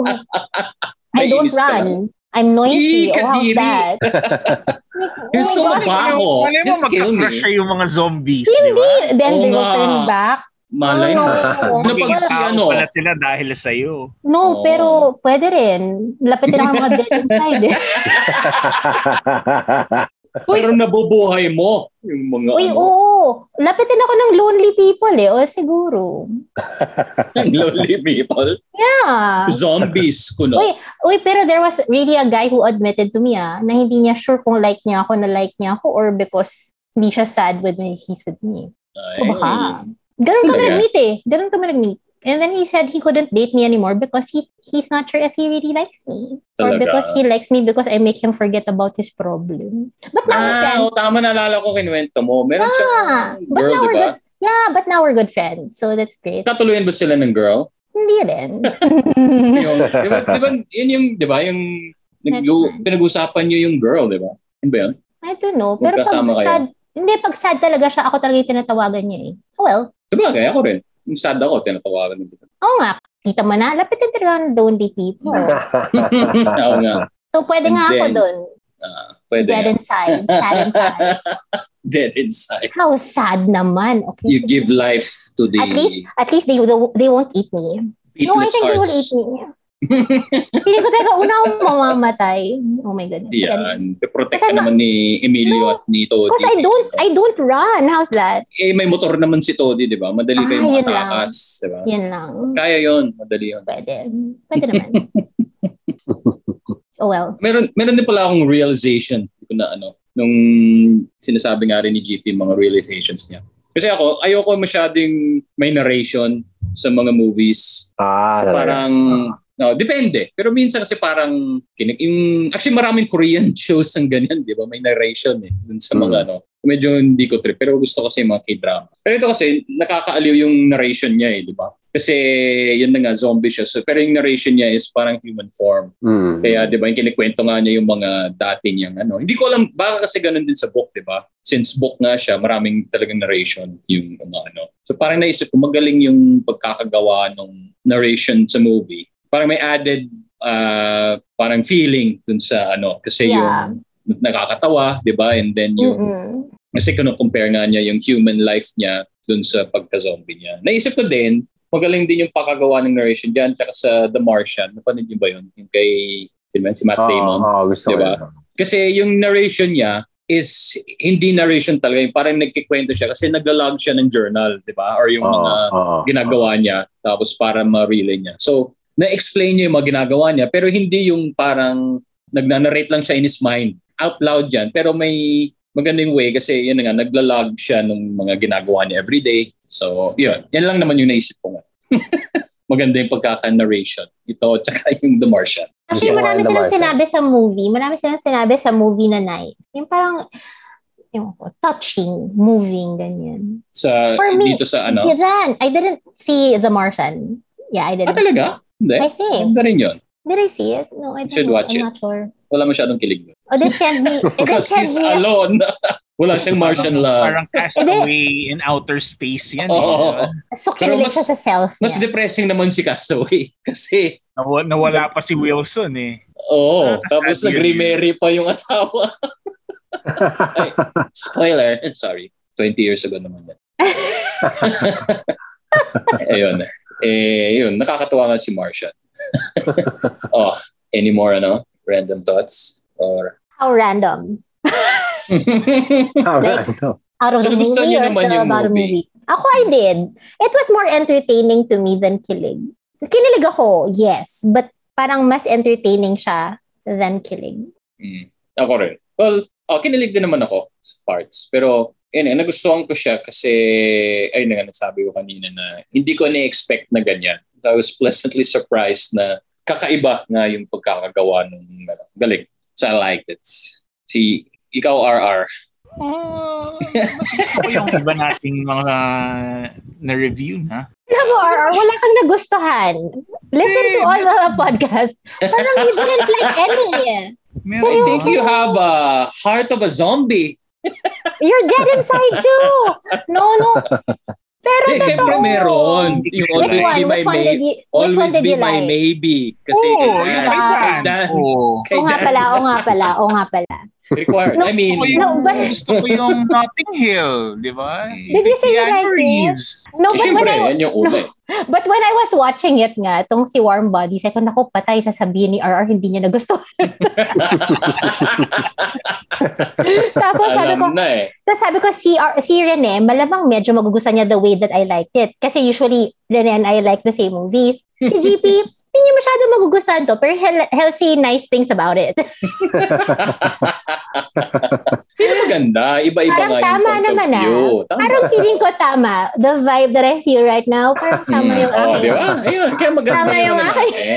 I don't
Naiinis ka
run. I'm noisy.
Ee,
Oh, how's
kadiri.
that?
[laughs]
Oh
You're
my
so
God.
mabaho.
Malay mo
Just kill
magka-crush
me.
siya yung mga zombies, di ba?
Hindi. Then
Oo
they will
nga.
turn back.
Malay mo. [laughs]
Oh, no.
Ano pag
Magiging
si
tao
ano?
pala sila dahil sa'yo.
No,
Oo.
pero pwede rin. Lapitin ako ng mga dead
[laughs]
inside. Eh.
Pero nabubuhay mo. Yung mga
Uy,
ano.
oo. Lapitin ako ng lonely people eh. O siguro.
[laughs] lonely people.
Yeah.
Zombies, kuno.
Ah. Uy, Uy, pero there was really a guy who admitted to me ah, na hindi niya sure kung like niya ako na like niya ako or because hindi siya sad with me, he's with me.
Ay.
So baka. Ganun kami
Talaga?
nag-meet eh. Ganun kami nag-meet. And then he said he couldn't date me anymore because he he's not sure if he really likes me. Or
Talaga?
because he likes me because I make him forget about his problems. But now we're
Ah,
friends.
oo, tama naalala ko kinuwento mo. Meron siya
Ah, but
girl,
now
di
we're
ba?
good. Yeah, but now we're good friends. So that's great.
Tatuloyin ba sila ng girl?
Hindi
[laughs]
rin.
yung, di ba, di ba, yun yung, di ba, yung nag-
That's fine.
pinag-usapan niyo yung girl, di ba? Yun ba yun?
I don't know. Pero pag
Magkasama kayo?
sad, hindi, pag sad talaga siya, ako talaga yung tinatawagan niya eh. Oh, Well,
Di ba, kaya ako rin. Yung sad ako, tinatawagan ng kita.
Oo nga, kita mo na, lapitan talaga ng lonely people.
Oo nga.
So, pwede
And
nga ako
then,
doon.
Ah, pwede.
Dead
Dead,
inside. Sad
[laughs]
inside.
Dead inside.
How sad naman. Okay.
You give life to the
at least, at least they, they won't eat me. No, I
beatless
think they will eat
hearts.
me. Feeling ko talaga una akong mamamatay. Oh my God.
Yan. Protect
Kasi na-
naman ni Emilio at ni Todi.
Because I don't, I don't run. How's that?
Eh, may motor naman si Todi, di ba? Madali
Ah,
kayong
yun
makatakas. Di ba?
Yan lang.
Kaya yon Madali yun.
Pwede. Pwede
[laughs]
naman. oh well.
Meron, meron din pala akong realization. Hindi ko na ano. Nung sinasabi nga rin ni GP yung mga realizations niya. Kasi ako, ayoko masyadong may narration sa mga movies.
Ah, talaga.
Parang, no, depende. Pero minsan kasi parang, kinik- yung, actually maraming Korean [laughs] shows ang ganyan, di ba? May narration eh, dun sa mga ano. Medyo hindi ko trip, pero gusto kasi yung mga k-drama. Pero ito kasi, nakakaaliw yung narration niya eh, di ba? Kasi yun na nga, zombie siya. So, pero yung narration niya is parang human form.
Mm.
Mm-hmm.
Kaya 'di ba, yung kinikwento nga niya yung mga dati niyang ano. Hindi ko alam baka kasi ganun din sa book, 'di ba? Since book nga siya, maraming talagang narration yung mga ano. So parang naisip ko magaling yung pagkakagawa ng narration sa movie. Parang may added ah, parang feeling dun sa ano kasi
Yeah.
yung nakakatawa, 'di ba? And then yung
Mm-mm.
kasi kung compare nga niya yung human life niya dun sa pagka-zombie niya. Naisip ko din, magaling din yung pakagawa ng narration dyan, tsaka sa The Martian. Napanood niyo ba yun? Yung kay, yun ba yun, si Matt
Oo,
Damon.
oo, gusto
Diba?
ko. yun.
Kasi yung narration niya is hindi narration talaga. Yung Parang nagkikwento siya kasi naglalog siya ng journal, di ba? Or yung
Oo,
mga
oo. [laughs]
ginagawa niya tapos para ma-relay niya. So, na-explain niya yung mga ginagawa niya pero hindi yung parang nagnanarrate lang siya in his mind. Out loud yan. Pero may magandang way kasi yun na nga, naglalog siya ng mga ginagawa niya everyday. So, yun. Yan lang naman yung naisip ko nga. [laughs] Maganda yung pagkaka-narration. Ito, tsaka yung The Martian.
Actually,
Yeah.
marami
Wanda
silang
Marshall.
sinabi sa movie. Marami silang sinabi sa movie na nice. Yung parang, yung touching, moving, ganyan.
Sa,
For me,
dito sa
Si
ano.
Ran, I didn't see The Martian. Yeah, I
Ah,
didn't.
talaga? Hindi.
I think.
Maganda rin yun.
Did I see it? No,
You
I don't
should
know.
watch
I'm
it.
not sure.
Wala masyadong kilig doon.
Oh, they sent
[laughs]
me. They
Because
sent
he's
me. a-
alone. [laughs] Wala siyang Martian love.
Parang castaway in outer space yan. eh,
Oo.
di ba?
So,
Pero
kinilig
mas-
siya sa self
Mas
niya.
depressing naman si Castaway [laughs] kasi
Nawa- nawala pa si Wilson eh.
oo,
Ah, tas
tapos
sad yun.
nag-remarry pa yung asawa. [laughs] Ay, spoiler, [laughs] sorry. 20 years ago naman yan. Ayun. Eh, yun, nakakatuwa nga si Martian. oh, any more ano? Random thoughts or
How random.
Ah,
Like,
[laughs] ano?
Out of
So,
the movie
nagustuhan niyo
or
naman
still
yung
about a
movie?
movie? Ako, I did. It was more entertaining to me than kilig. Kinilig ako, yes. But parang mas entertaining siya than kilig.
Mm. Ako rin. Well, oh, kinilig din naman ako sa parts. Pero, yun eh, nagustuhan ko siya kasi, ayun na nga, nasabi ko kanina na hindi ko na-expect na ganyan. I was pleasantly surprised na kakaiba nga yung pagkakagawa ng ano, galing. So, I liked it. Si, ikaw, RR. [laughs]
Ah, mas gusto ko yung iba nating mga na-review na.
Alam mo, RR, wala kang nagustuhan. Listen to
Hmm.
all the podcasts. Parang you didn't like any.
I
Meron
think
ba?
you have a heart of a zombie.
You're dead inside too. No, no. Pero
Eh,
totoo.
Siyempre, meron. Yung
Ano Which
always
one?
be my
Which one
may,
did you, which one
always
did
be
you
my
like? Oh,
maybe. Kasi
Oo,
kay Dan,
yung kay
kay
Dan.
Dan,
Oo.
kay
Oo nga
Dan
pala, oo nga pala, oo nga pala.
required. I mean,
Gusto ko
No,
yung,
but-
gusto ko yung Notting Hill, di ba?
Did you say you
Keanu
like it?
Reeves.
Eh,
No, Oh, but when,
Siyempre,
I,
yan yung una. eh.
but when I was watching it nga, tong si Warm Bodies, ito naku, patay, sasabihin ni RR, hindi niya nagustuhan. [laughs] [laughs] Tapos sabi ko,
Alam na eh. [laughs]
tapos sabi ko, si, R, si Rene, malamang medyo magugustuhan niya the way that I liked it. Kasi usually, Rene and I like the same movies. Si
[laughs]
GP, hindi niya masyado magugustuhan to, pero he'll, he'll say nice things about
[laughs]
it.
Pero maganda. Iba-iba
Parang
nga yung
tama
point
naman ah.
of view. Tama.
Parang feeling ko tama. The vibe that I feel right now, parang tama yung
oh, di
aking
ba? Ayun, kaya maganda
Tama yung
ano
akin.
natin.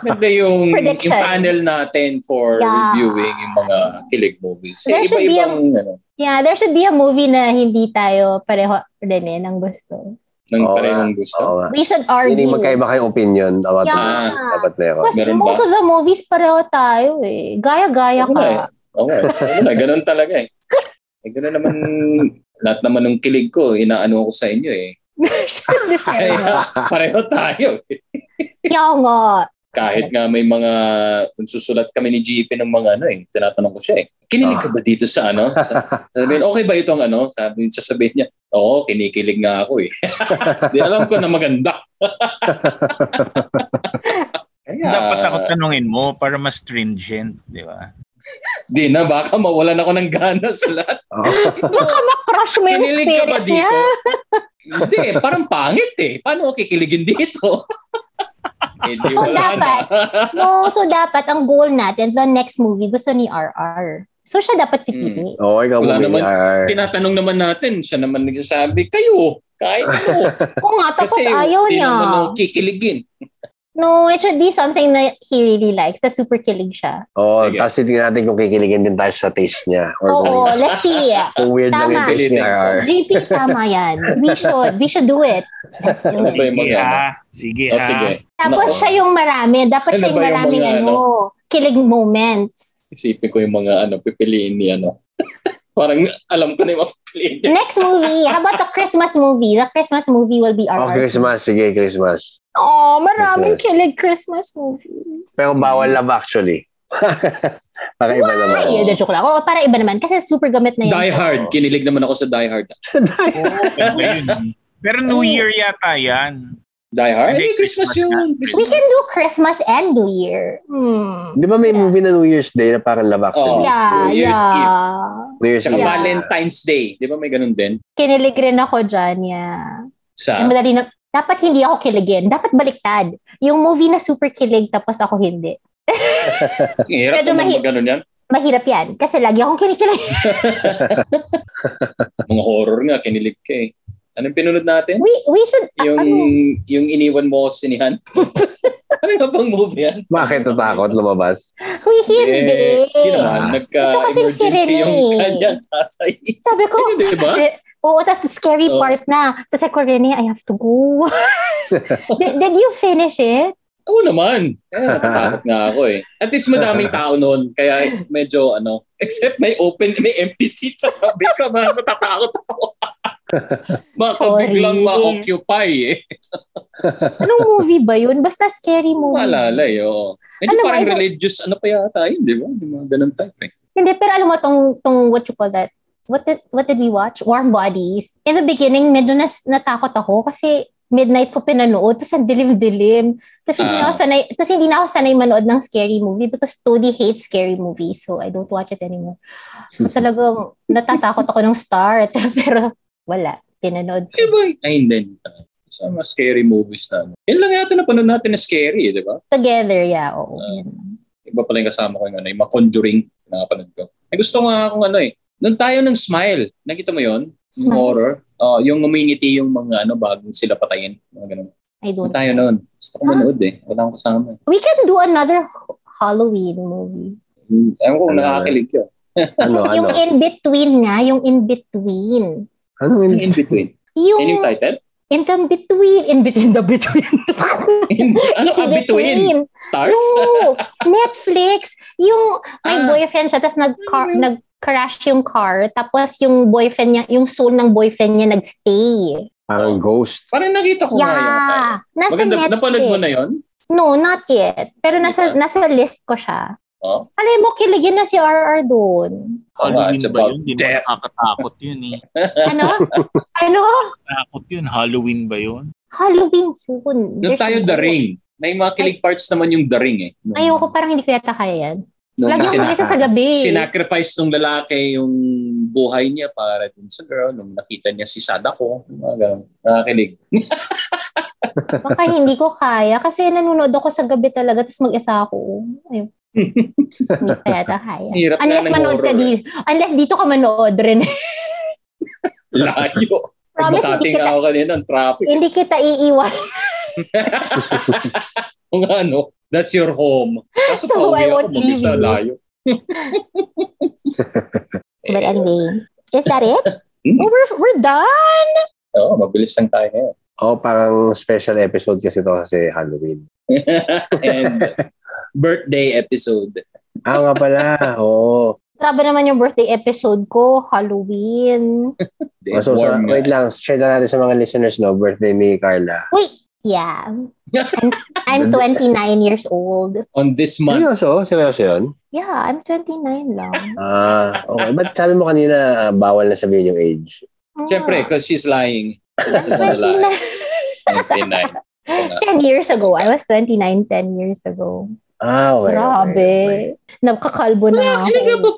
Maganda yung, yung
Prediction.
panel natin for
Yeah.
reviewing yung mga kilig movies. Eh,
There should be
iba-ibang ano,
Yeah, there should be a movie na hindi tayo pareho din eh, ng gusto.
ng
Oo
parehong gusto.
Oo nga.
We should argue.
Hindi magkaiba kayong opinion about
Yeah.
yeah. dapat meron. [laughs]
Because
Meron ba?
most of the movies pareho tayo eh. Gaya-gaya
Ano
[laughs]
eh.
ka.
Oo, ayun na, ganun talaga eh. Eh, ganun naman, lahat naman ng kilig ko, inaano ko sa inyo eh. [laughs]
[laughs]
Kaya pareho tayo. eh.
Kaya nga.
[laughs] Kahit nga may mga, nagsusulat kami ni GP ng mga ano eh, tinatanong ko siya eh. Kinilig
Ah.
ka ba dito sa ano?
[laughs]
Sa, Sabi, okay ba itong ano? Sabi, sasabihin niya, oo, kinikilig nga [laughs]
[laughs]
ako eh. Di alam ko na maganda. eh, Yeah.
Dapat ako tanungin mo para mas stringent, di ba?
Di na, baka mawalan ako ng gana sa lahat.
Baka makrush mo yung
Kinilig ka
spirit
ba
niya.
dito? Hindi, parang pangit eh. Paano ko kikiligin
[laughs]
dito? eh, di
Oh,
wala na.
dapat. No, so dapat ang goal natin, the next movie, gusto ni RR. So siya
Hmm.
dapat pipili.
Oo, ikaw
Wala
bumili.
naman.
Arr.
Tinatanong naman natin, siya naman nagsasabi, kayo, kahit ano.
Oo nga, tapos
Kasi
ayaw
di
niya.
naman ako kikiligin.
No, it should be something na he really likes. Tapos super kilig siya.
Oo,
Sige.
tapos titignan natin kung kikiligin din tayo sa taste niya. Or kung,
Oo, [laughs] let's see.
kung weird lang yung
Tama.
taste Oh, ni RR.
JP, tama yan. We should. We should do it. Let's do
Ano [laughs]
it.
ba yung mga ano?
ah. Sige
O
ah.
sige,
Tapos
Nako.
siya yung marami. Dapat
Ano
siya yung
ba yung
maraming
mga
ano, kilig moments.
isipin ko yung mga ano, pipiliin ni ano. [laughs] parang alam ko na yung mapipiliin niya.
[laughs] Next movie, how about the Christmas movie? The Christmas movie will be our
Oh, Christmas. Sige, Christmas.
Oh, maraming kilig Christmas movies.
Pero bawal love [laughs] actually. Para Hmm. iba naman.
Ay, yun, joke lang. Oo, para iba naman. Kasi super gamit na yun.
Die Hard. Oh. Kinilig naman ako sa Die Hard.
Ganda Ano yun. Pero
Oh.
New Year yata yan.
Die Hard?
Hindi,
Hindi, Christmas,
Christmas
yun.
[laughs] We can do Christmas and New Year. Hmm.
Di ba may movie na New Year's Day na parang love
Oo.
actually?
Yeah,
New Year's Eve.
yeah.
New Year's
Tsaka
Yeah.
Eve.
Valentine's Day. Di ba may ganun din?
Kinilig rin ako dyan, yeah. Eh,
Sa,
madali na, dapat hindi ako kiligin. Dapat baliktad. Yung movie na super kilig tapos ako hindi.
ang hirap
Medyo
naman
mahi-
mag ganun yan.
Mahirap yan. Kasi lagi akong kinikilig. [laughs]
Mga horror nga, kinilig ka eh. Anong pinunod natin?
We, we should, ah,
Yung,
ano,
yung iniwan mo ako sa
[laughs]
sinihan. ano nga bang movie yan?
Bakit natakot lumabas?
we hindi.
Hindi naman.
Ito kasing eh. si
Nagka-emergency
Rene.
yung kanyang tatay.
Sabi ko,
Hindi, di ba?
eh, oo, tapos the scary
Oo.
part na. Tapos ako, Rene, I have to go. [laughs] did, did you finish it?
Oo naman. Eh, natatakot nga ako eh. At least madaming tao noon. Kaya medyo ano. Except may open, may empty seat sa tabi ka. Man, natatakot ako. Baka
Sorry.
biglang ma-occupy eh.
Anong movie ba yun? Basta scary movie.
Maalala eh, oo. Hindi
Alam mo,
parang
ito-
religious, ano pa yata yun, di ba? Yung mga ganun type eh.
Hindi, pero alam mo tong, tong what you call that? What did, what did we watch? Warm Bodies. In the beginning, medyo nas, natakot ako kasi midnight ko pinanood, tapos ang dilim-dilim. Tapos hindi, na
Ah.
ako sanay, tapos hindi na ako sanay manood ng scary movie because Todi hates scary movies, so I don't watch it anymore.
[laughs]
So, talagang natatakot ako nung start, [laughs] pero wala. Pinanood.
Eh
ko.
boy, ay hindi. Sa mga scary movies na. ano. Yan lang yata napanood natin na scary, eh, di ba?
Together, yeah. Oo,
Ah.
yun.
Iba pala yung kasama ko yung ano, yung mga conjuring na napanood ko. Ay gusto ko nga akong ano eh. Noon tayo ng smile. Nakita mo yon
Smile?
Horror. Oh, yung umingiti yung mga ano bago sila patayin. Mga ganun.
I don't
Noon tayo noon. Gusto ko manood eh. Wala akong kasama. eh.
We can do another Halloween movie.
Hmm, Ewan ko kung
Ano?
nakakakilig yun.
Ano,
yung e-
ano?
in-between nga, yung in-between.
Anong in-
In
[laughs]
between.
Yung,
Yan yung title?
In the between, in between the between.
In, ano? [laughs] ah, between? Stars? [laughs]
No, Netflix. Yung may
Ah.
boyfriend siya, tapos nag
Mhm.
nag-crash yung car, tapos yung boyfriend niya, yung soul ng boyfriend niya nagstay.
Parang ghost.
Parang nakita ko nga yata. eh.
Yeah. Nasa
Maganda,
Netflix.
napanood mo na yon?
No, not yet. Pero
Hindi pa.
nasa nasa list ko siya.
Oh.
Alam mo, kiligin na si RR
[laughs]
doon.
Tama,
Halloween
Oh, it's about
ba Ano yun? Di mo
death.
nakakatakot yun eh.
Ano? ano?
Takot yun. Halloween ba yun?
Halloween
Nung
soon. There's
tayo
a-
The Ring. May mga kilig parts naman yung The Ring eh. Nung,
Ayoko, parang hindi ko yata kaya yan.
nung
Lagi ako
sina-
mag-isa sa gabi.
sinacrifice nung lalaki yung buhay niya para dun sa girl. Nung nakita niya si Sadako. yung Mga ganun. Nakakilig.
Baka hindi ko kaya kasi nanonood ako sa gabi talaga tapos mag-isa ako.
[laughs]
Ayun. hindi ko yata kaya.
Hirap na
Unless
ng
manood ka
horror,
dito. Unless dito ka manood rin.
eh. Layo.
[laughs] Promise,
Makati
hindi
nga
kita,
ako kanina. Ang traffic.
[laughs] hindi kita iiwan.
Kung ano, that's your home. Kaso
[laughs] So,
pauwi
I
ako
won't leave
mag-isa
you.
layo.
But anyway, is that it?
Hmm.
Oh, we're, we're done?
Oo, mabilis lang tayo ngayon.
Oo, Oh, parang special episode kasi to kasi Halloween.
[laughs]
And birthday episode.
Ah, nga
[laughs]
pala. Oo.
Grabe naman yung birthday episode ko, Halloween.
Di,
Ah, So, sa,
warm nga.
wait lang. Share na natin sa mga listeners, no? Birthday ni Carla.
Yeah. I'm, I'm 29 years old.
On this month.
Seryoso? Seryoso yun?
Yeah, I'm 29 lang.
Ah, okay. Ba't sabi mo kanina ah, bawal na sabihin yung age?
Ah, [laughs]
Siyempre, because she's lying. Kasi eh.
I'm
nalala.
29.
29.
10 years ago. I was 29 10 years ago.
Ah, okay.
Grabe.
okay,
Nagkakalbo na
Ah,
ako.
Hindi ka ba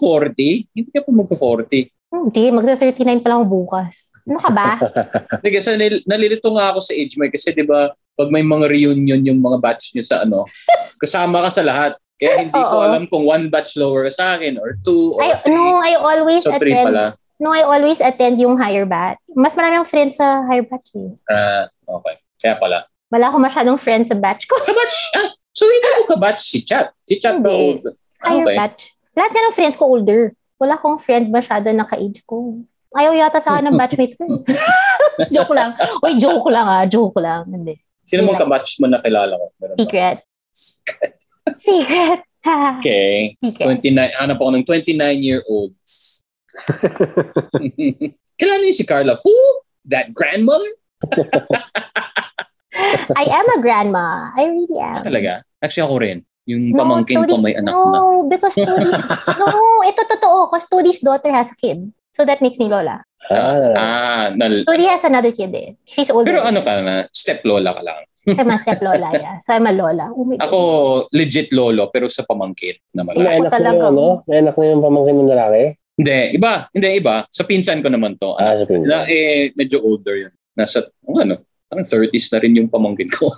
40? Hindi ka pa magka-40.
Hindi, magta-39 pa lang ako bukas. Ano ka
[laughs]
ba?
Hindi, kasi nil- nalilito nga ako sa age mo eh, kasi di ba pag may mga reunion yung mga batch nyo sa
[laughs]
ano, kasama ka sa lahat. Kaya hindi ko
Oo.
alam kung one batch lower ka sa akin or two or
I,
three.
no, I always
so three
attend.
pala.
No, I always attend yung higher bat. Mas marami akong friends sa higher batch eh.
Ah, okay. Kaya pala.
Wala akong masyadong friends sa batch ko. [laughs]
Kabatch! Ah, so hindi mo kabatch si Chat. Si Chat ba
Hindi.
old? Ah,
Higher
Okay.
batch. Lahat nga ng friends ko older. Wala akong friend masyado na ka-age ko. Ayaw yata sa akin ng batchmates ko. eh.
[laughs]
[laughs] joke lang. Uy, joke lang ah. Joke lang. Hindi.
Sino mong kabatch mo na kilala ko? Meron ba?
Secret. Secret. [laughs]
Okay.
Secret.
29, hanap ako ng 29-year-olds. [laughs] kilala niyo si Carla? Who? That grandmother?
I am a grandma. I really am.
Ah, Talaga? Actually ako rin. Yung pamangkin ko
Todi's-
may anak
no,
na. [laughs]
because Todi's, no, ito totoo, because Todi's daughter has a kid. So that makes me Lola.
Ah,
Ah, nal-
Todi has another kid eh. She's older.
Pero ano ka na, step lola ka lang.
I'm a step Lola, yeah. So I'm a Lola. Oh my God.
Ako, legit lolo, pero sa pamangkin na
may
malaki.
anak na
talaga.
yun, no? May anak na yung pamangkin ng lalaki?
Hindi, iba. Hindi, iba. Sa pinsan ko naman to.
Ah,
Ano,
sa pinsan.
na, eh, medyo older yun. Nasa, oh, ano, parang 30s na rin yung pamangkin ko. [laughs]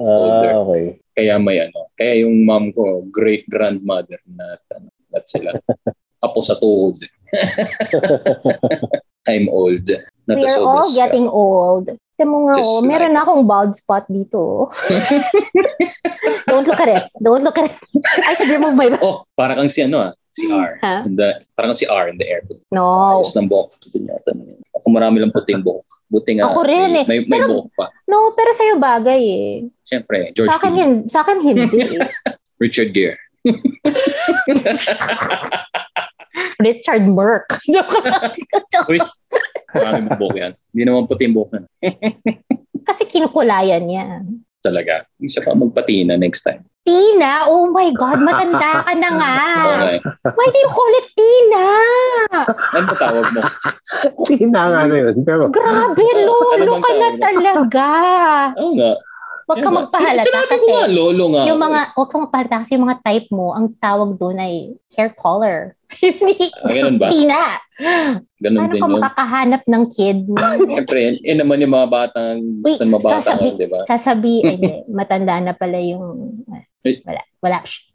older.
Ah, okay.
kaya may ano. Kaya yung mom ko, great-grandmother na, ano, lahat sila. Apo sa tuhod. I'm old. Not
We
as
are
old
all
as ka.
getting old. Ito mo nga,
Just
oh,
like-
meron akong bald spot
[laughs]
dito. Don't look at it. Don't look at it. I should remove my...
Oh, parang kang si ano ah, si R.
[laughs] Ha?
In the, parang si R in the airport.
No.
Ayos ng buhok. Ako marami lang puting buhok. Buti nga.
Ako rin
may,
eh.
May, may
Pero-
buhok pa.
No, pero sa'yo bagay eh.
Siyempre, George
Sa akin,
Clooney,
hin- sa akin
[laughs]
hindi.
Richard Gere.
Richard Merck. [laughs] Joke lang. Joke.
Uy, [laughs] marami mong buhok yan. Hindi naman puting buhok na
Kasi kinukulayan niya.
talaga. Isa pa magpatina next time.
Tina? Oh my God, matanda ka na nga.
Okay.
Why do you call it Tina?
eh. Ano ba tawag mo?
[laughs] Hindi na nga na yun. Pero,
Grabe,
Ano
lolo
bang
ka na
tawag?
talaga.
Oo nga.
Huwag ka
Yan nga. Sin-
magpahalata
Ano Sinabi ko
kasi
nga, lolo nga.
yung mga, huwag ka magpahalata kasi yung mga type mo, ang tawag doon ay hair color. Hindi
Ah, ganun
[laughs]
ba?
Tina.
Ganun
Paano
din
ka
yun.
makakahanap ng
[laughs]
kid na
Siyempre, yun, yun naman yung mga batang
Uy,
gusto ng mga bata
sasabi-
ngayon, di ba? [laughs]
sasabi, ay, hindi, matanda na pala yung, ah,
Eh.
wala, wala. Shh.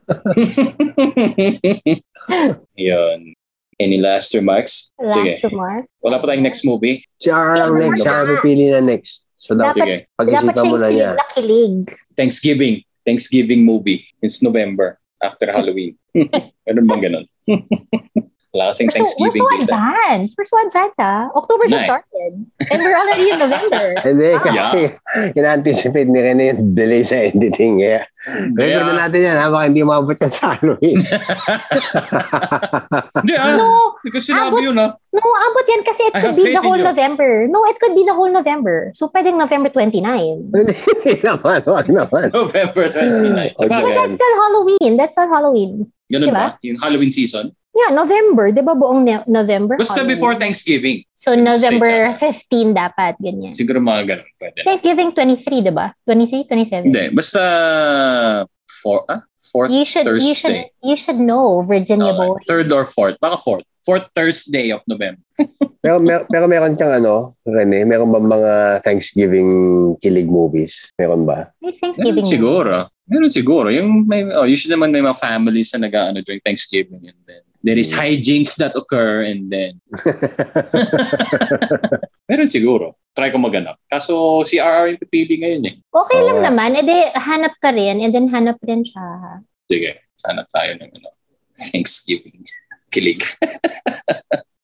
yun. Any last remarks?
Last
Sige.
remark.
Wala pa tayong next movie.
si R lang
Sino
next.
siya?
Siya ang pipili na next. So, dapat
Dapat-
Sige.
Dapat
pag-isipan mo
siyang
na niya.
kilig na kilig.
Thanksgiving. Thanksgiving movie. It's November after Halloween. [laughs] Ganun bang ganun? Wala kasing
We're so, we're
Thanksgiving
so
dito.
advanced. We're so advanced, ah. October just
Nice.
started. And we're already in
[laughs]
November.
Hindi, kasi ina-anticipate ni Rene yung delay sa editing. Kaya, record na natin yan ha, baka hindi umabot yan sa Halloween.
Hindi ah.
No,
Hindi ko sinabi
Abot-
yun ah.
no, abot yan kasi it
I
could
have
be
faith
the
in
whole
you.
November. No, it could be the whole November. So, pwedeng November 29.
Hindi naman, wag naman.
November 29. Sa
Because
bagay.
that's still Halloween. That's still Halloween.
Ganun
Diba?
ba? Yung Halloween season?
Yeah, November. Di ba buong ne- November?
Basta
Halloween.
before Thanksgiving.
So, November
States,
15 dapat. Ganyan.
Siguro mga ganun. Pwede.
Thanksgiving 23, di ba? 23, 27.
Hindi. Basta four, ah? fourth
You should,
Thursday.
you should, you should know Virginia
Okay.
Boy.
Third or fourth. Baka fourth. Fourth Thursday of November.
Pero, mer- pero meron kang ano, Rene, meron ba mga Thanksgiving kilig movies? Meron ba?
May
Ganun
Thanksgiving.
siguro. Ganun siguro. Yung may, oh, usually naman may mga families na nag-ano during Thanksgiving and then there is hijinks that occur and
[laughs]
then meron siguro. Try ko maganap. Kaso si RR yung pipili ngayon eh.
Okay lang
Oo.
naman. E di, hanap ka rin. And then, hanap rin siya.
Sige, sana tayo ng ano, Thanksgiving. Kilig.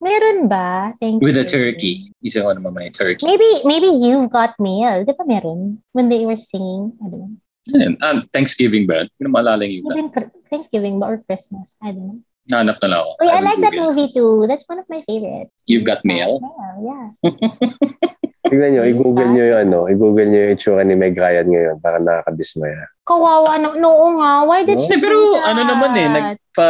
Meron ba? Thank
With a
you.
turkey. Isa ko naman may turkey.
Maybe, maybe you've got mail. Di ba meron? When they were singing. I don't know.
Yan. Ah, Thanksgiving ba? Hindi ko na maalala yung iba.
Even Cr- Thanksgiving ba or Christmas? I don't know.
Nahanap na lang ako.
Uy, I,
will
like that
Google.
movie too. That's one of my favorites.
You've Got Mail?
Mail, yeah.
Tignan nyo, i-google nyo yung ano, i-google nyo yung itsura ni Meg Ryan ngayon para nakakabismaya.
Kawawa na. Oo nga. Why did
No?
she
Hindi,
do
pero
that?
ano naman eh, nag- Pa,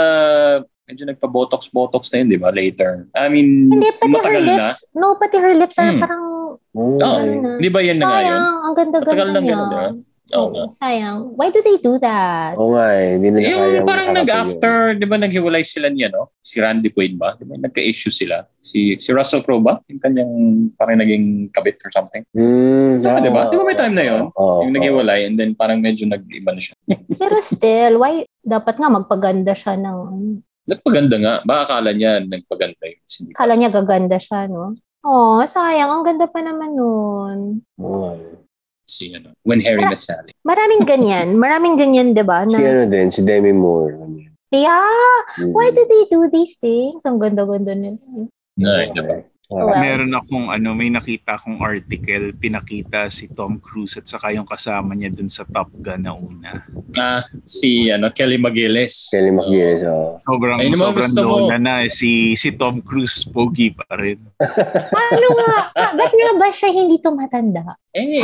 medyo nagpa-botox-botox na yun, di ba? Later. I mean,
Hindi, pati her
matagal na.
lips. No, pati her lips are
Hmm.
parang
Oo. eh.
Oo.
Ganun na.
Hindi ba yan na nga yun?
Sayang, ang ganda-ganda
Matagal
niya.
nang ganun, di ba? Oo nga.
sayang. Why do they do that?
Oo nga eh, hindi nila
Yung
kayang
parang
harapin
nag-after, di ba naghiwalay sila niya, no? Si Randy Quaid ba? Di ba nagka-issue sila? Si si Russell Crowe ba? Yung kanyang parang naging kabit or something.
yun. Hmm,
Tama,
oo,
di ba? Di ba may
oo,
time na yun?
oo,
yung
oo.
naghiwalay and then parang medyo nag-iba na siya.
Pero still, why dapat nga magpaganda siya ng
Nagpaganda nga. Baka akala niya nagpaganda yun. Hindi.
kala niya gaganda siya, no? Oh, sayang. Ang ganda pa naman nun.
Oo nga eh.
Si, ano, when Harry met Sally.
Maraming
[laughs]
ganyan. Maraming ganyan, di ba?
Si
Na,
ano din, si Demi Moore. ganyan.
yeah,
Mm.
why do they do these things? Ang ganda-ganda nila.
Ay, di ba?
Oo.
Well.
Meron akong ano, may nakita akong article, pinakita si Tom Cruise at saka yung kasama niya dun sa Top Gun na una.
Ah, si ano, Kelly Magiles.
Kelly McGillis, oo.
Sobrang,
Ayun naman
sobrang
gusto mo.
lola na eh. si, si Tom Cruise, pogi pa rin.
Paano nga? Ah, ba't nga ba siya hindi tumatanda?
Eh,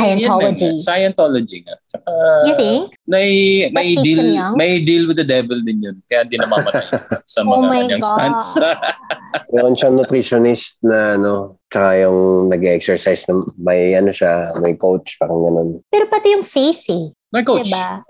Yan na nga.
Scientology.
Scientology nga. Tsaka,
You think?
may, may
Keeps
deal,
him young?
may deal with the devil din yun. Kaya di namamatay
[laughs]
sa mga
Oh my
kanyang
God.
[laughs] stunts.
Meron siyang nutritionist na ano, tsaka yung nag-exercise na may ano siya, may coach, parang ganun.
Pero pati yung face eh.
May coach.
Diba?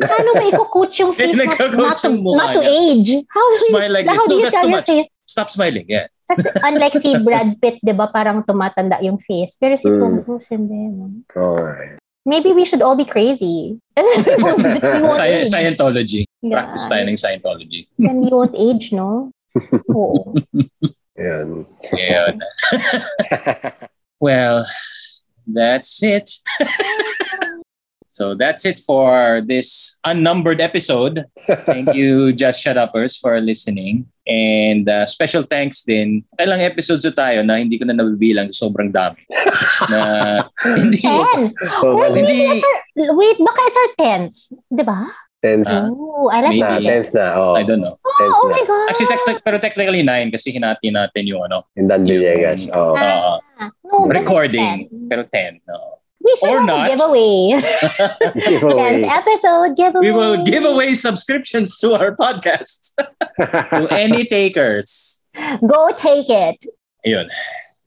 Paano ba i-coach
[laughs]
yung face
Eh,
not, not,
nagka-coach
to,
yung mukha
not to
niya.
age? How do you,
Smile like
how
this.
do
No,
you
that's
tell
too
your
much.
face?
Stop smiling. Yeah.
Kasi unlike si Brad Pitt, di ba, parang tumatanda yung face. Pero si Tom
Mm.
Cruise, hindi. no?
Alright.
Maybe we should all be crazy. [laughs] And then we won't, we won't
Sci-
age.
Scientology.
Yeah.
Practice tayo ng Scientology.
Then we won't age, no?
[laughs]
Oo.
Ayan.
Yun. well, that's it. so that's it for this unnumbered episode. Thank you, Just Shut Uppers, for listening. And uh, special thanks din. Ilang episodes na tayo na hindi ko na nabibilang sobrang dami. na hindi ko.
Ten!
So,
Wait,
bali-
Hindi.
Wait, baka it's our tenth. Di ba?
tense
Ah,
Ooh, I like
maybe.
na,
that.
tense na. Oh,
I don't know.
tense
Oh, oh my
na.
God!
Actually, tec- pero technically nine kasi hinati natin yung ano,
Yung Dan Villegas.
[laughs]
Oh.
uh,
Ah, no, but it's
recording.
ten.
Pero ten. oo.
We should
Or
have
not.
a giveaway.
[laughs] Giveaway.
[laughs] Tenth episode giveaway.
We will give away subscriptions to our podcast
[laughs]
to any takers.
Go take it.
Ayun.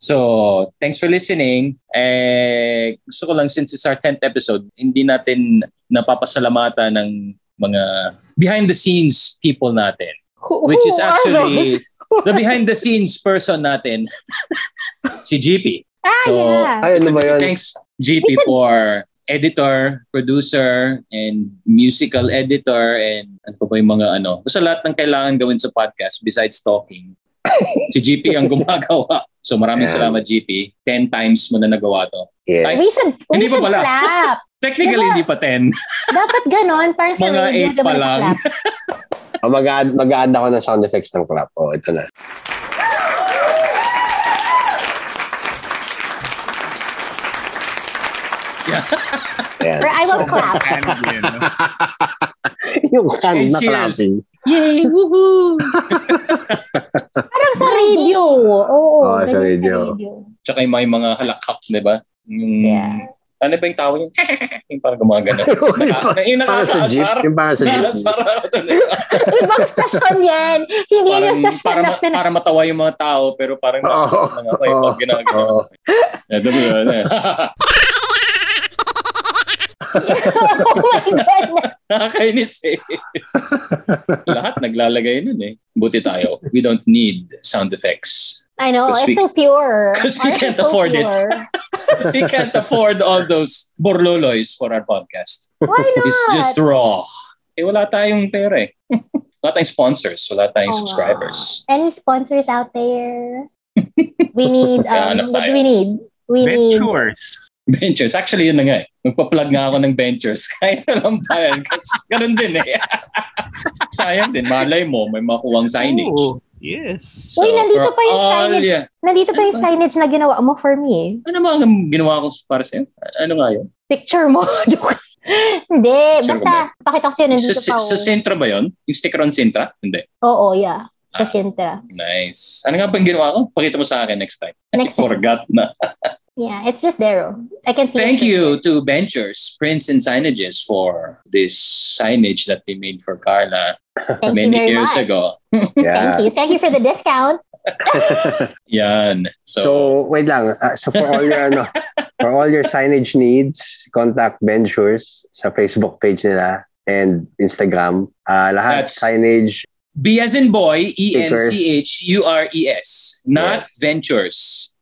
So, thanks for listening. Eh, gusto ko lang since it's our 10th episode, hindi natin napapasalamatan ng mga behind the scenes people natin.
Who,
Which
who
is
are
actually
[laughs] those?
the behind the scenes person natin. si GP.
Ah,
So,
yeah.
Ay, ano ba yun?
Thanks GP for editor, producer, and musical editor, and ano pa ba yung mga ano. Basta lahat ng kailangan gawin sa podcast besides
[laughs]
talking, si GP ang gumagawa. So maraming
Yeah.
salamat GP. 10 times mo na nagawa to.
Yeah.
Ay,
we should, we
hindi pa
should
pala.
clap.
Technically, hindi pa 10.
Dapat ganon. Parang sa
Mga
radio,
eight pa
dapat
lang.
clap.
Oh, mag-add, mag-add ako ng sound effects ng clap. Oh, ito na.
Yeah.
Ayan.
Or I will clap.
Ano yun, no?
[laughs] yung hand na
Cheers.
clapping. [laughs]
Yay! Woohoo!
Parang sa radio. Oo,
Oo, Ah,
ganun
sa radio.
Tsaka yung mga, yung mga halakhak, di ba? Yung,
Yeah.
ano ba yung tawag yun? [laughs] yung parang gumagano.
yung pa-
Yung
para sa jeep.
nakakaasar.
Yung para sa jeep.
Nakakaasar.
Ibang station yan. Hindi
parang, ah,
yung station
para,
na
ma- para matawa yung mga tao, pero parang
Oo.
nakasal lang ako eh,
Oo.
pag ginagawa.
Oo.
Ito mo yun.
[laughs]
eh. ah.
[laughs] oh my God.
[laughs] Nakakainis eh. [laughs] Lahat naglalagay nun eh. Buti tayo. We don't need sound effects. [laughs]
I know,
'Cause
it's
we-
so pure.
'cause we
Art is
can't
so
afford it.
pure.
Because we can't afford all those borloloys for our podcast.
Why not?
[laughs] It's just raw. Eh, wala tayong pera eh. [laughs] Wala tayong sponsors. Wala tayong
Oo.
subscribers.
Any sponsors out
[laughs]
there? We need,
Kaya hanap
um, what do
tayo.
we need? We need,
Ventures.
Ventures. Actually, yun na nga eh. Magpa-plug nga ako ng ventures. [laughs] Kahit alam pa yan. Kasi ganun din eh. [laughs] Sayang din. Malay mo, may makuha ang signage.
Oo. Oh, Yes.
Uy, nandito
for
pa yung
all-
signage.
yeah.
nandito pa yung signage na ginawa mo for me eh.
Ano ba ang ginawa ko para sa'yo? Ano nga yun?
Picture mo. [laughs] Joke. Hindi,
Picture ko
basta pakita ko sa'yo
Sa,
nandito
sa,
pa.
sa
oh.
Sintra ba yun? Yung sticker on Sintra? Hindi.
Oo, yeah.
Ah.
Sa Sintra.
Nice. Ano nga bang ginawa ko? Pakita mo sa akin next
[laughs]
time.
Next time.
Forgot na.
Yeah, it's just there. oh. I can see.
Thank
it.
you to Ventures, Prince and Signages for this signage that we made for Carla
Thank you
many
very
years
much.
ago.
Yeah.
Thank you. Thank you for the discount.
Yan. So,
So, wait lang. Ah, so, for all your, ano, for all your signage needs, contact Ventures sa Facebook page nila and Instagram. Ah, lahat
That's-
signage. [laughs]
B as in boy, E N
Stickers.
C H U R E S, not ventures.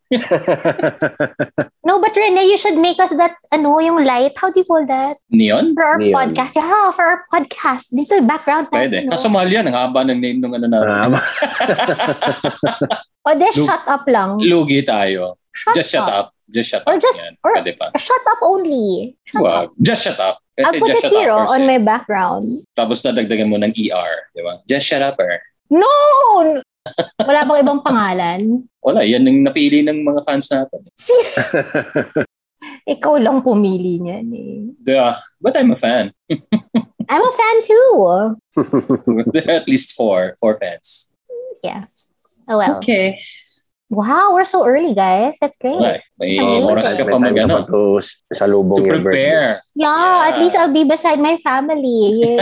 No, but Rene, you should make us that, ano, yung light. How do you call that?
Neon?
For our
Neon.
podcast. Yeah, for our podcast. Dito, background
Pwede.
natin.
Kaso
no?
mahal yan. Ang haba ng name ng ano na.
Ah, [laughs]
O, de,
Look-
Oh, shut up lang.
[laughs] Lugi tayo.
Shut
Just shut up. Just shut
Or
up.
just-
Yan.
or-
Pwede pa.
Shut up only. Shut up.
Wag. Just shut up.
I'll put
just
a
shut
zero
uppers
on
eh.
my background.
Tapos nadagdagan mo ng ER. Di ba? Just shut up. Er.
No! Wala bang ibang pangalan? [laughs]
Wala. Yan ang napili ng mga fans natin.
Ikaw lang pumili niyan eh.
Yeah. But I'm a fan. [laughs]
I'm a fan too.
There are at least four. Four fans.
Yeah. Oh well.
Okay.
Wow, we're so early, guys. That's great.
Wala. eh. May
Iya,
Amazing.
oras ka pa mag ano.
to salubong
To
your
prepare.
birthday.
Yeah, at
Yeah.
least I'll be beside my
[laughs]
family. Yay.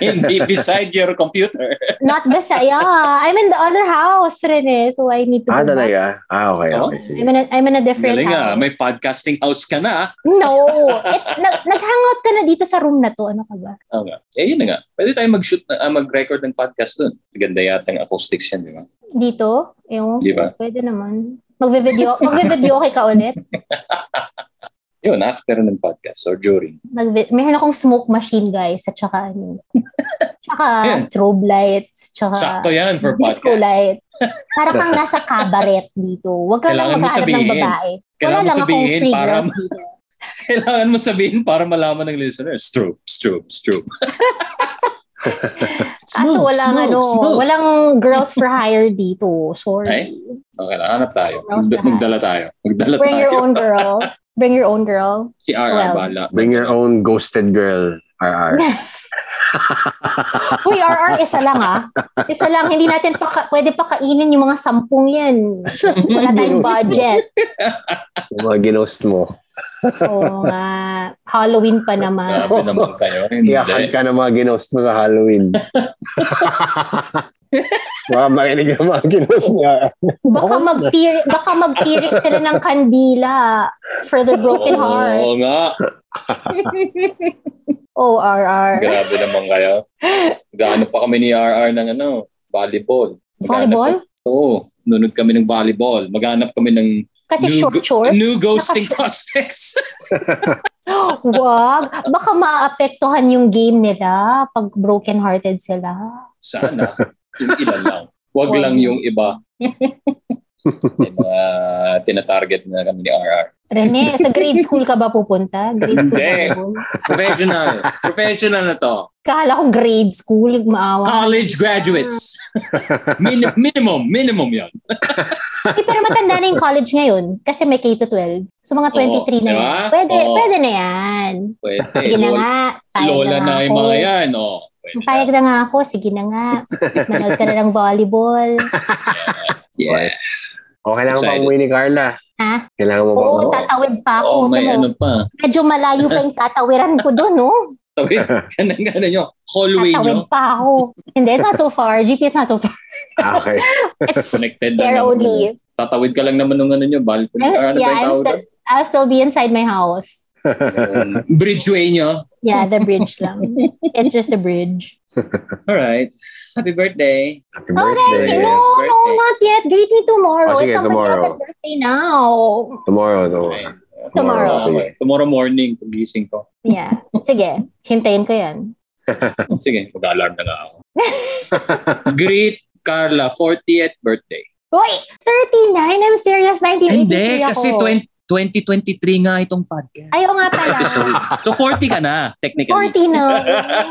Hindi beside your computer.
Not beside, yeah. I'm in the other house, Rene, so I need to
Ah,
go back.
talaga? Ah, okay.
Oo.
okay sige.
I'm in a, I'm in a different
Galing ah.
house.
May podcasting house ka na.
No. It, nag- nag-hangout ka na dito sa room na to. Ano ka ba?
Oo nga. Eh, yun na nga. Pwede tayo mag-shoot, na, ah, mag-record ng podcast doon. Maganda yata ang acoustics yan, di ba?
Dito? Ewan ko.
Di ba?
Pwede naman. Magve-video, magve-video kay ka ulit.
Yun, after ng podcast or during.
Magve- Meron akong smoke machine, guys. At saka, ano, tsaka
Ayan.
strobe lights. Tsaka
Sakto yan for
Ah, disco
podcast.
light. Para
[laughs]
kang nasa cabaret dito. Huwag ka
Kailangan
lang
mo
maghahanap ng
sabihin.
babae.
Kailangan mo
Wala lang akong
sabihin
free
para, [laughs]
girls dito.
kailangan mo sabihin para malaman ng listeners. Stroop, stroop,
[laughs]
stroop.
Kaso walang, ano, walang girls for hire dito.
Ay,
Sorry.
Okay, hanap tayo.
Girls
Magda-
lahat.
magdala tayo. Magdala
Bring
tayo.
your own girl. Bring your own girl.
Si RR
Well.
bahala.
Bring your own ghosted girl, Ah,
[laughs]
RR.
[laughs] Uy, RR, isa lang ah. Isa lang. Hindi natin paka, pwede pakainin yung mga sampung yan. Wala
[laughs]
tayong budget.
Yung mga ginost mo.
Oo nga. Halloween pa naman.
Grabe
[laughs]
naman kayo. Hindi.
Iyakan ka ng mga ginost mo sa Halloween.
[laughs]
Mga makinig ng mga ginost niya.
Baka
Oh.
magtirik, baka magtirik sila ng kandila for
Oh.
the broken heart.
Oo
Oh,
nga.
ORR.
[laughs] Grabe naman kayo. Gaano pa kami ni RR ng ano, volleyball.
Volleyball?
Oo. Nunod kami ng volleyball. Maghanap kami ng
Kasi
New
short
go-
short. [gasps]
new ghosting [laughs] prospects.
Wag. Baka maapektuhan yung game nila pag broken-hearted sila.
Sana. Yung ilan lang. Huwag
Wag.
lang yung iba.
[laughs]
May mga tinatarget na kami ni RR.
Rene, sa
[laughs]
grade school ka ba pupunta? Grade school
Hindi.
level?
Professional. Professional na to.
Kala ko grade
[laughs]
school, maawa.
College graduates. Min- minimum. Minimum yan.
Eh, pero matanda na yung college ngayon kasi may K to 12. So mga
Oo,
23
Oh, di ba?
na
Oh.
yan. Pwede,
Oo.
pwede na yan.
Pwede.
Sige na
Lol-
nga. Payag
Lola
na,
na
nga
yung
ako.
mga yan. Oh. Pwede na.
Payag na nga ako. Sige na nga. Manood ka na ng volleyball.
Yeah.
O, kailangan pa
Excited.
umuwi ni Carla.
Ha?
Kailangan mo pa
Oo,
[laughs] Oo.
tatawid pa ako.
Oh, may
no?
ano pa.
Medyo malayo pa yung tatawiran ko doon, no?
[laughs] Tawid. Ganun, ganun nyo. Hallway nyo.
Tatawid pa ako. Hindi, it's not so far. GP, it's not so
[laughs]
far.
Ah, okay.
It's
Connected na.
there
naman.
only.
Tatawid ka lang naman ng ano nyo. Balcony.
Eh,
Ah, Ano ba
yeah,
yung
I'm
tawag
still, I'll still be inside my house.
doon? Yung Bridgeway nyo.
Yeah, the bridge
[laughs]
lang. It's just a bridge.
All right. Happy birthday.
Oh,
Happy
thank you.
birthday.
No, no,
Birthday.
not yet. Greet me tomorrow.
Oh, sige,
it's somebody
tomorrow.
else's birthday now.
Tomorrow,
Okay.
tomorrow.
Tomorrow.
Okay. Tomorrow morning, pagising [laughs] ko.
Yeah. Sige, hintayin ko yan.
Sige, mag-alarm na nga ako. Greet Carla, 40th birthday.
Uy, 39? I'm serious, 1983
Hindi,
ako.
kasi 20, 2023 nga itong podcast.
Ayaw nga pala.
Episode. So 40 ka na, technically.
40 na.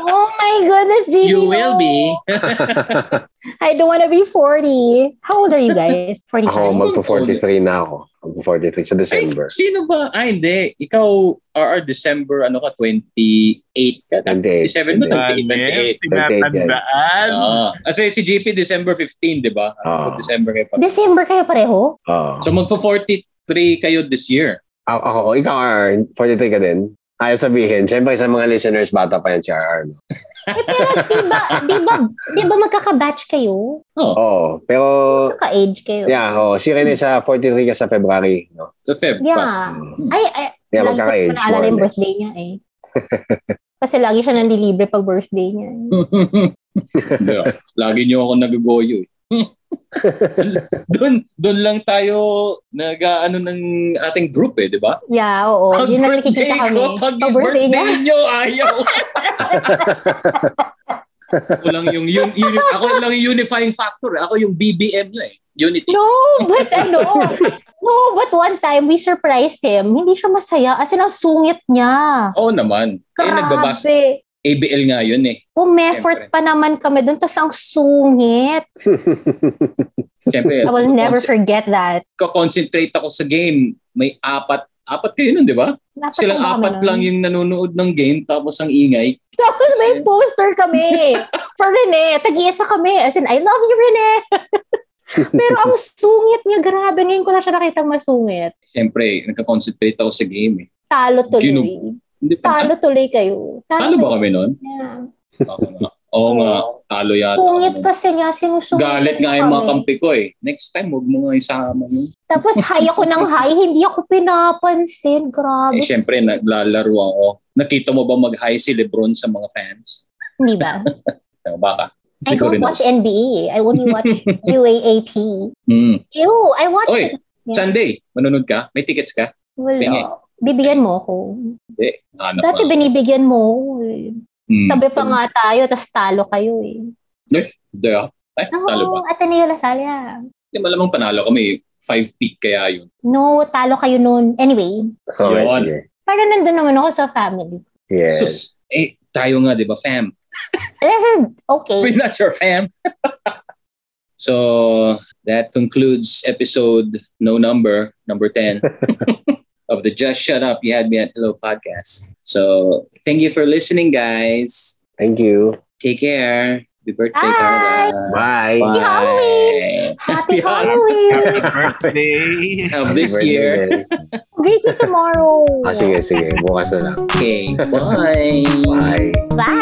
Oh my goodness, Gigi.
You will be.
iya.
[laughs]
[laughs]
I don't wanna be 40. How old are you guys? 45?
Ako, magpo-43 na ako. Magpo-43 sa
Ay,
December.
sino ba? Ah, hindi. Ikaw, RR, December, ano ka, 28 ka?
28.
27 ba? 28. 28.
Tinatandaan.
Ah, kasi si GP, December 15, di ba?
Oo.
December kayo pa.
December kayo pareho?
Oo.
So magpo-43 kayo this year.
ah. Ako, ako, ikaw, RR, 43 ka din. Ayaw sabihin, siyempre sa mga listeners, bata pa yan si RR. No?
Eh, pero diba, diba, diba magkaka-batch kayo?
Oo. Pero,
Magkaka-age kayo?
Oh. yeah, oh, si Rene sa 43 ka sa February. No?
Sa Feb. pa.
Yeah. Ay, ay,
Kaya
lagi ko
magkaka-age. more
naalala
or
yung
less.
birthday niya eh. Kasi lagi siya nandilibre pag birthday niya. eh.
Hmm.
Yeah. Lagi niyo ako nagagoyo eh. doon, doon lang tayo nag ano ng ating group eh, di ba?
Yeah, oo.
Pag
Oh, yun na
birthday
nakikita kami.
ko, pag
Pag birthday niya.
niyo, ayaw. ako lang yung, yun, yun, ako lang yung unifying factor. eh. Ako yung BBM niya eh. Unity.
No, but ano? no, but one time we surprised him. Hindi siya masaya. As in, ang sungit niya.
Oo naman. Eh, nagbabas.
Grabe.
ABL nga yun eh.
Umeffort pa naman kami doon. Tapos ang sungit.
Siyempre,
I will never forget that.
concentrate ako sa game. May apat. Apat kayo nun, di ba?
Dapat
Silang
ano kami
apat
nun?
lang yung nanonood ng game tapos ang ingay.
[laughs] Tapos may poster
[laughs]
kami for Rene. Tag-iisa kami. As in, I love you,
[laughs]
Rene. Pero ang sungit niya, grabe. Ngayon ko lang siya nakita masungit.
Siyempre, nagka-concentrate ako sa game eh.
Talo tuloy.
Ginu- Hindi pa. Ah,
Talo tuloy kayo.
Talo ba kami nun?
Yeah.
Oo nga. Oo nga. Talo yata.
Pungit
kami.
kasi niya, sinusunod.
Galit nga
niya
yung mga
kami.
kampi ko eh. Next time, huwag mo nga isama yun. Eh,
Tapos high ako ng high, hindi ako pinapansin. Grabe.
Eh, siyempre, naglalaro ako. Nakita mo ba mag-high si Lebron sa mga fans?
Hindi
[laughs]
ba?
Ano, Baka.
I
Hindi ko
don't
rin
watch NBA. I only watch
[laughs]
UAAP.
Mm.
Ew, I watch
Oy,
it. Yeah.
Sunday, manonood ka? May tickets ka? Ah, Tingin.
Wala. Bibigyan mo ako.
Hindi. Hanap
Dati
ako.
binibigyan mo ako eh.
Mm.
Tabi pa nga tayo, tas talo kayo eh.
Hindi ah. Ay, talo ba?
Oo, Ateneo ah. Lasalya.
Hindi, malamang panalo kami. Five feet kaya yun.
No, talo kayo noon. Anyway,
Okay,
Yun.
sige.
parang nandun naman ako sa family.
Yes.
Sus, eh, tayo nga, di ba, fam? [laughs]
This is okay.
We're not your fam. [laughs] so that concludes episode no number, number
[laughs]
10 of the Just Shut Up You Had Me at Hello podcast. So thank you for listening, guys.
Thank you.
Take care. Happy birthday,
Bye.
Carla.
Bye.
Bye.
Halloween. Happy
Happy Halloween.
Halloween!
[laughs]
birthday!
Of this
Happy
year.
birthday.
Greet you tomorrow.
Ah,
Ah, sige, sige. Bukas na lang.
Okay. Bye.
Bye.
Bye.
Oh,
Ah,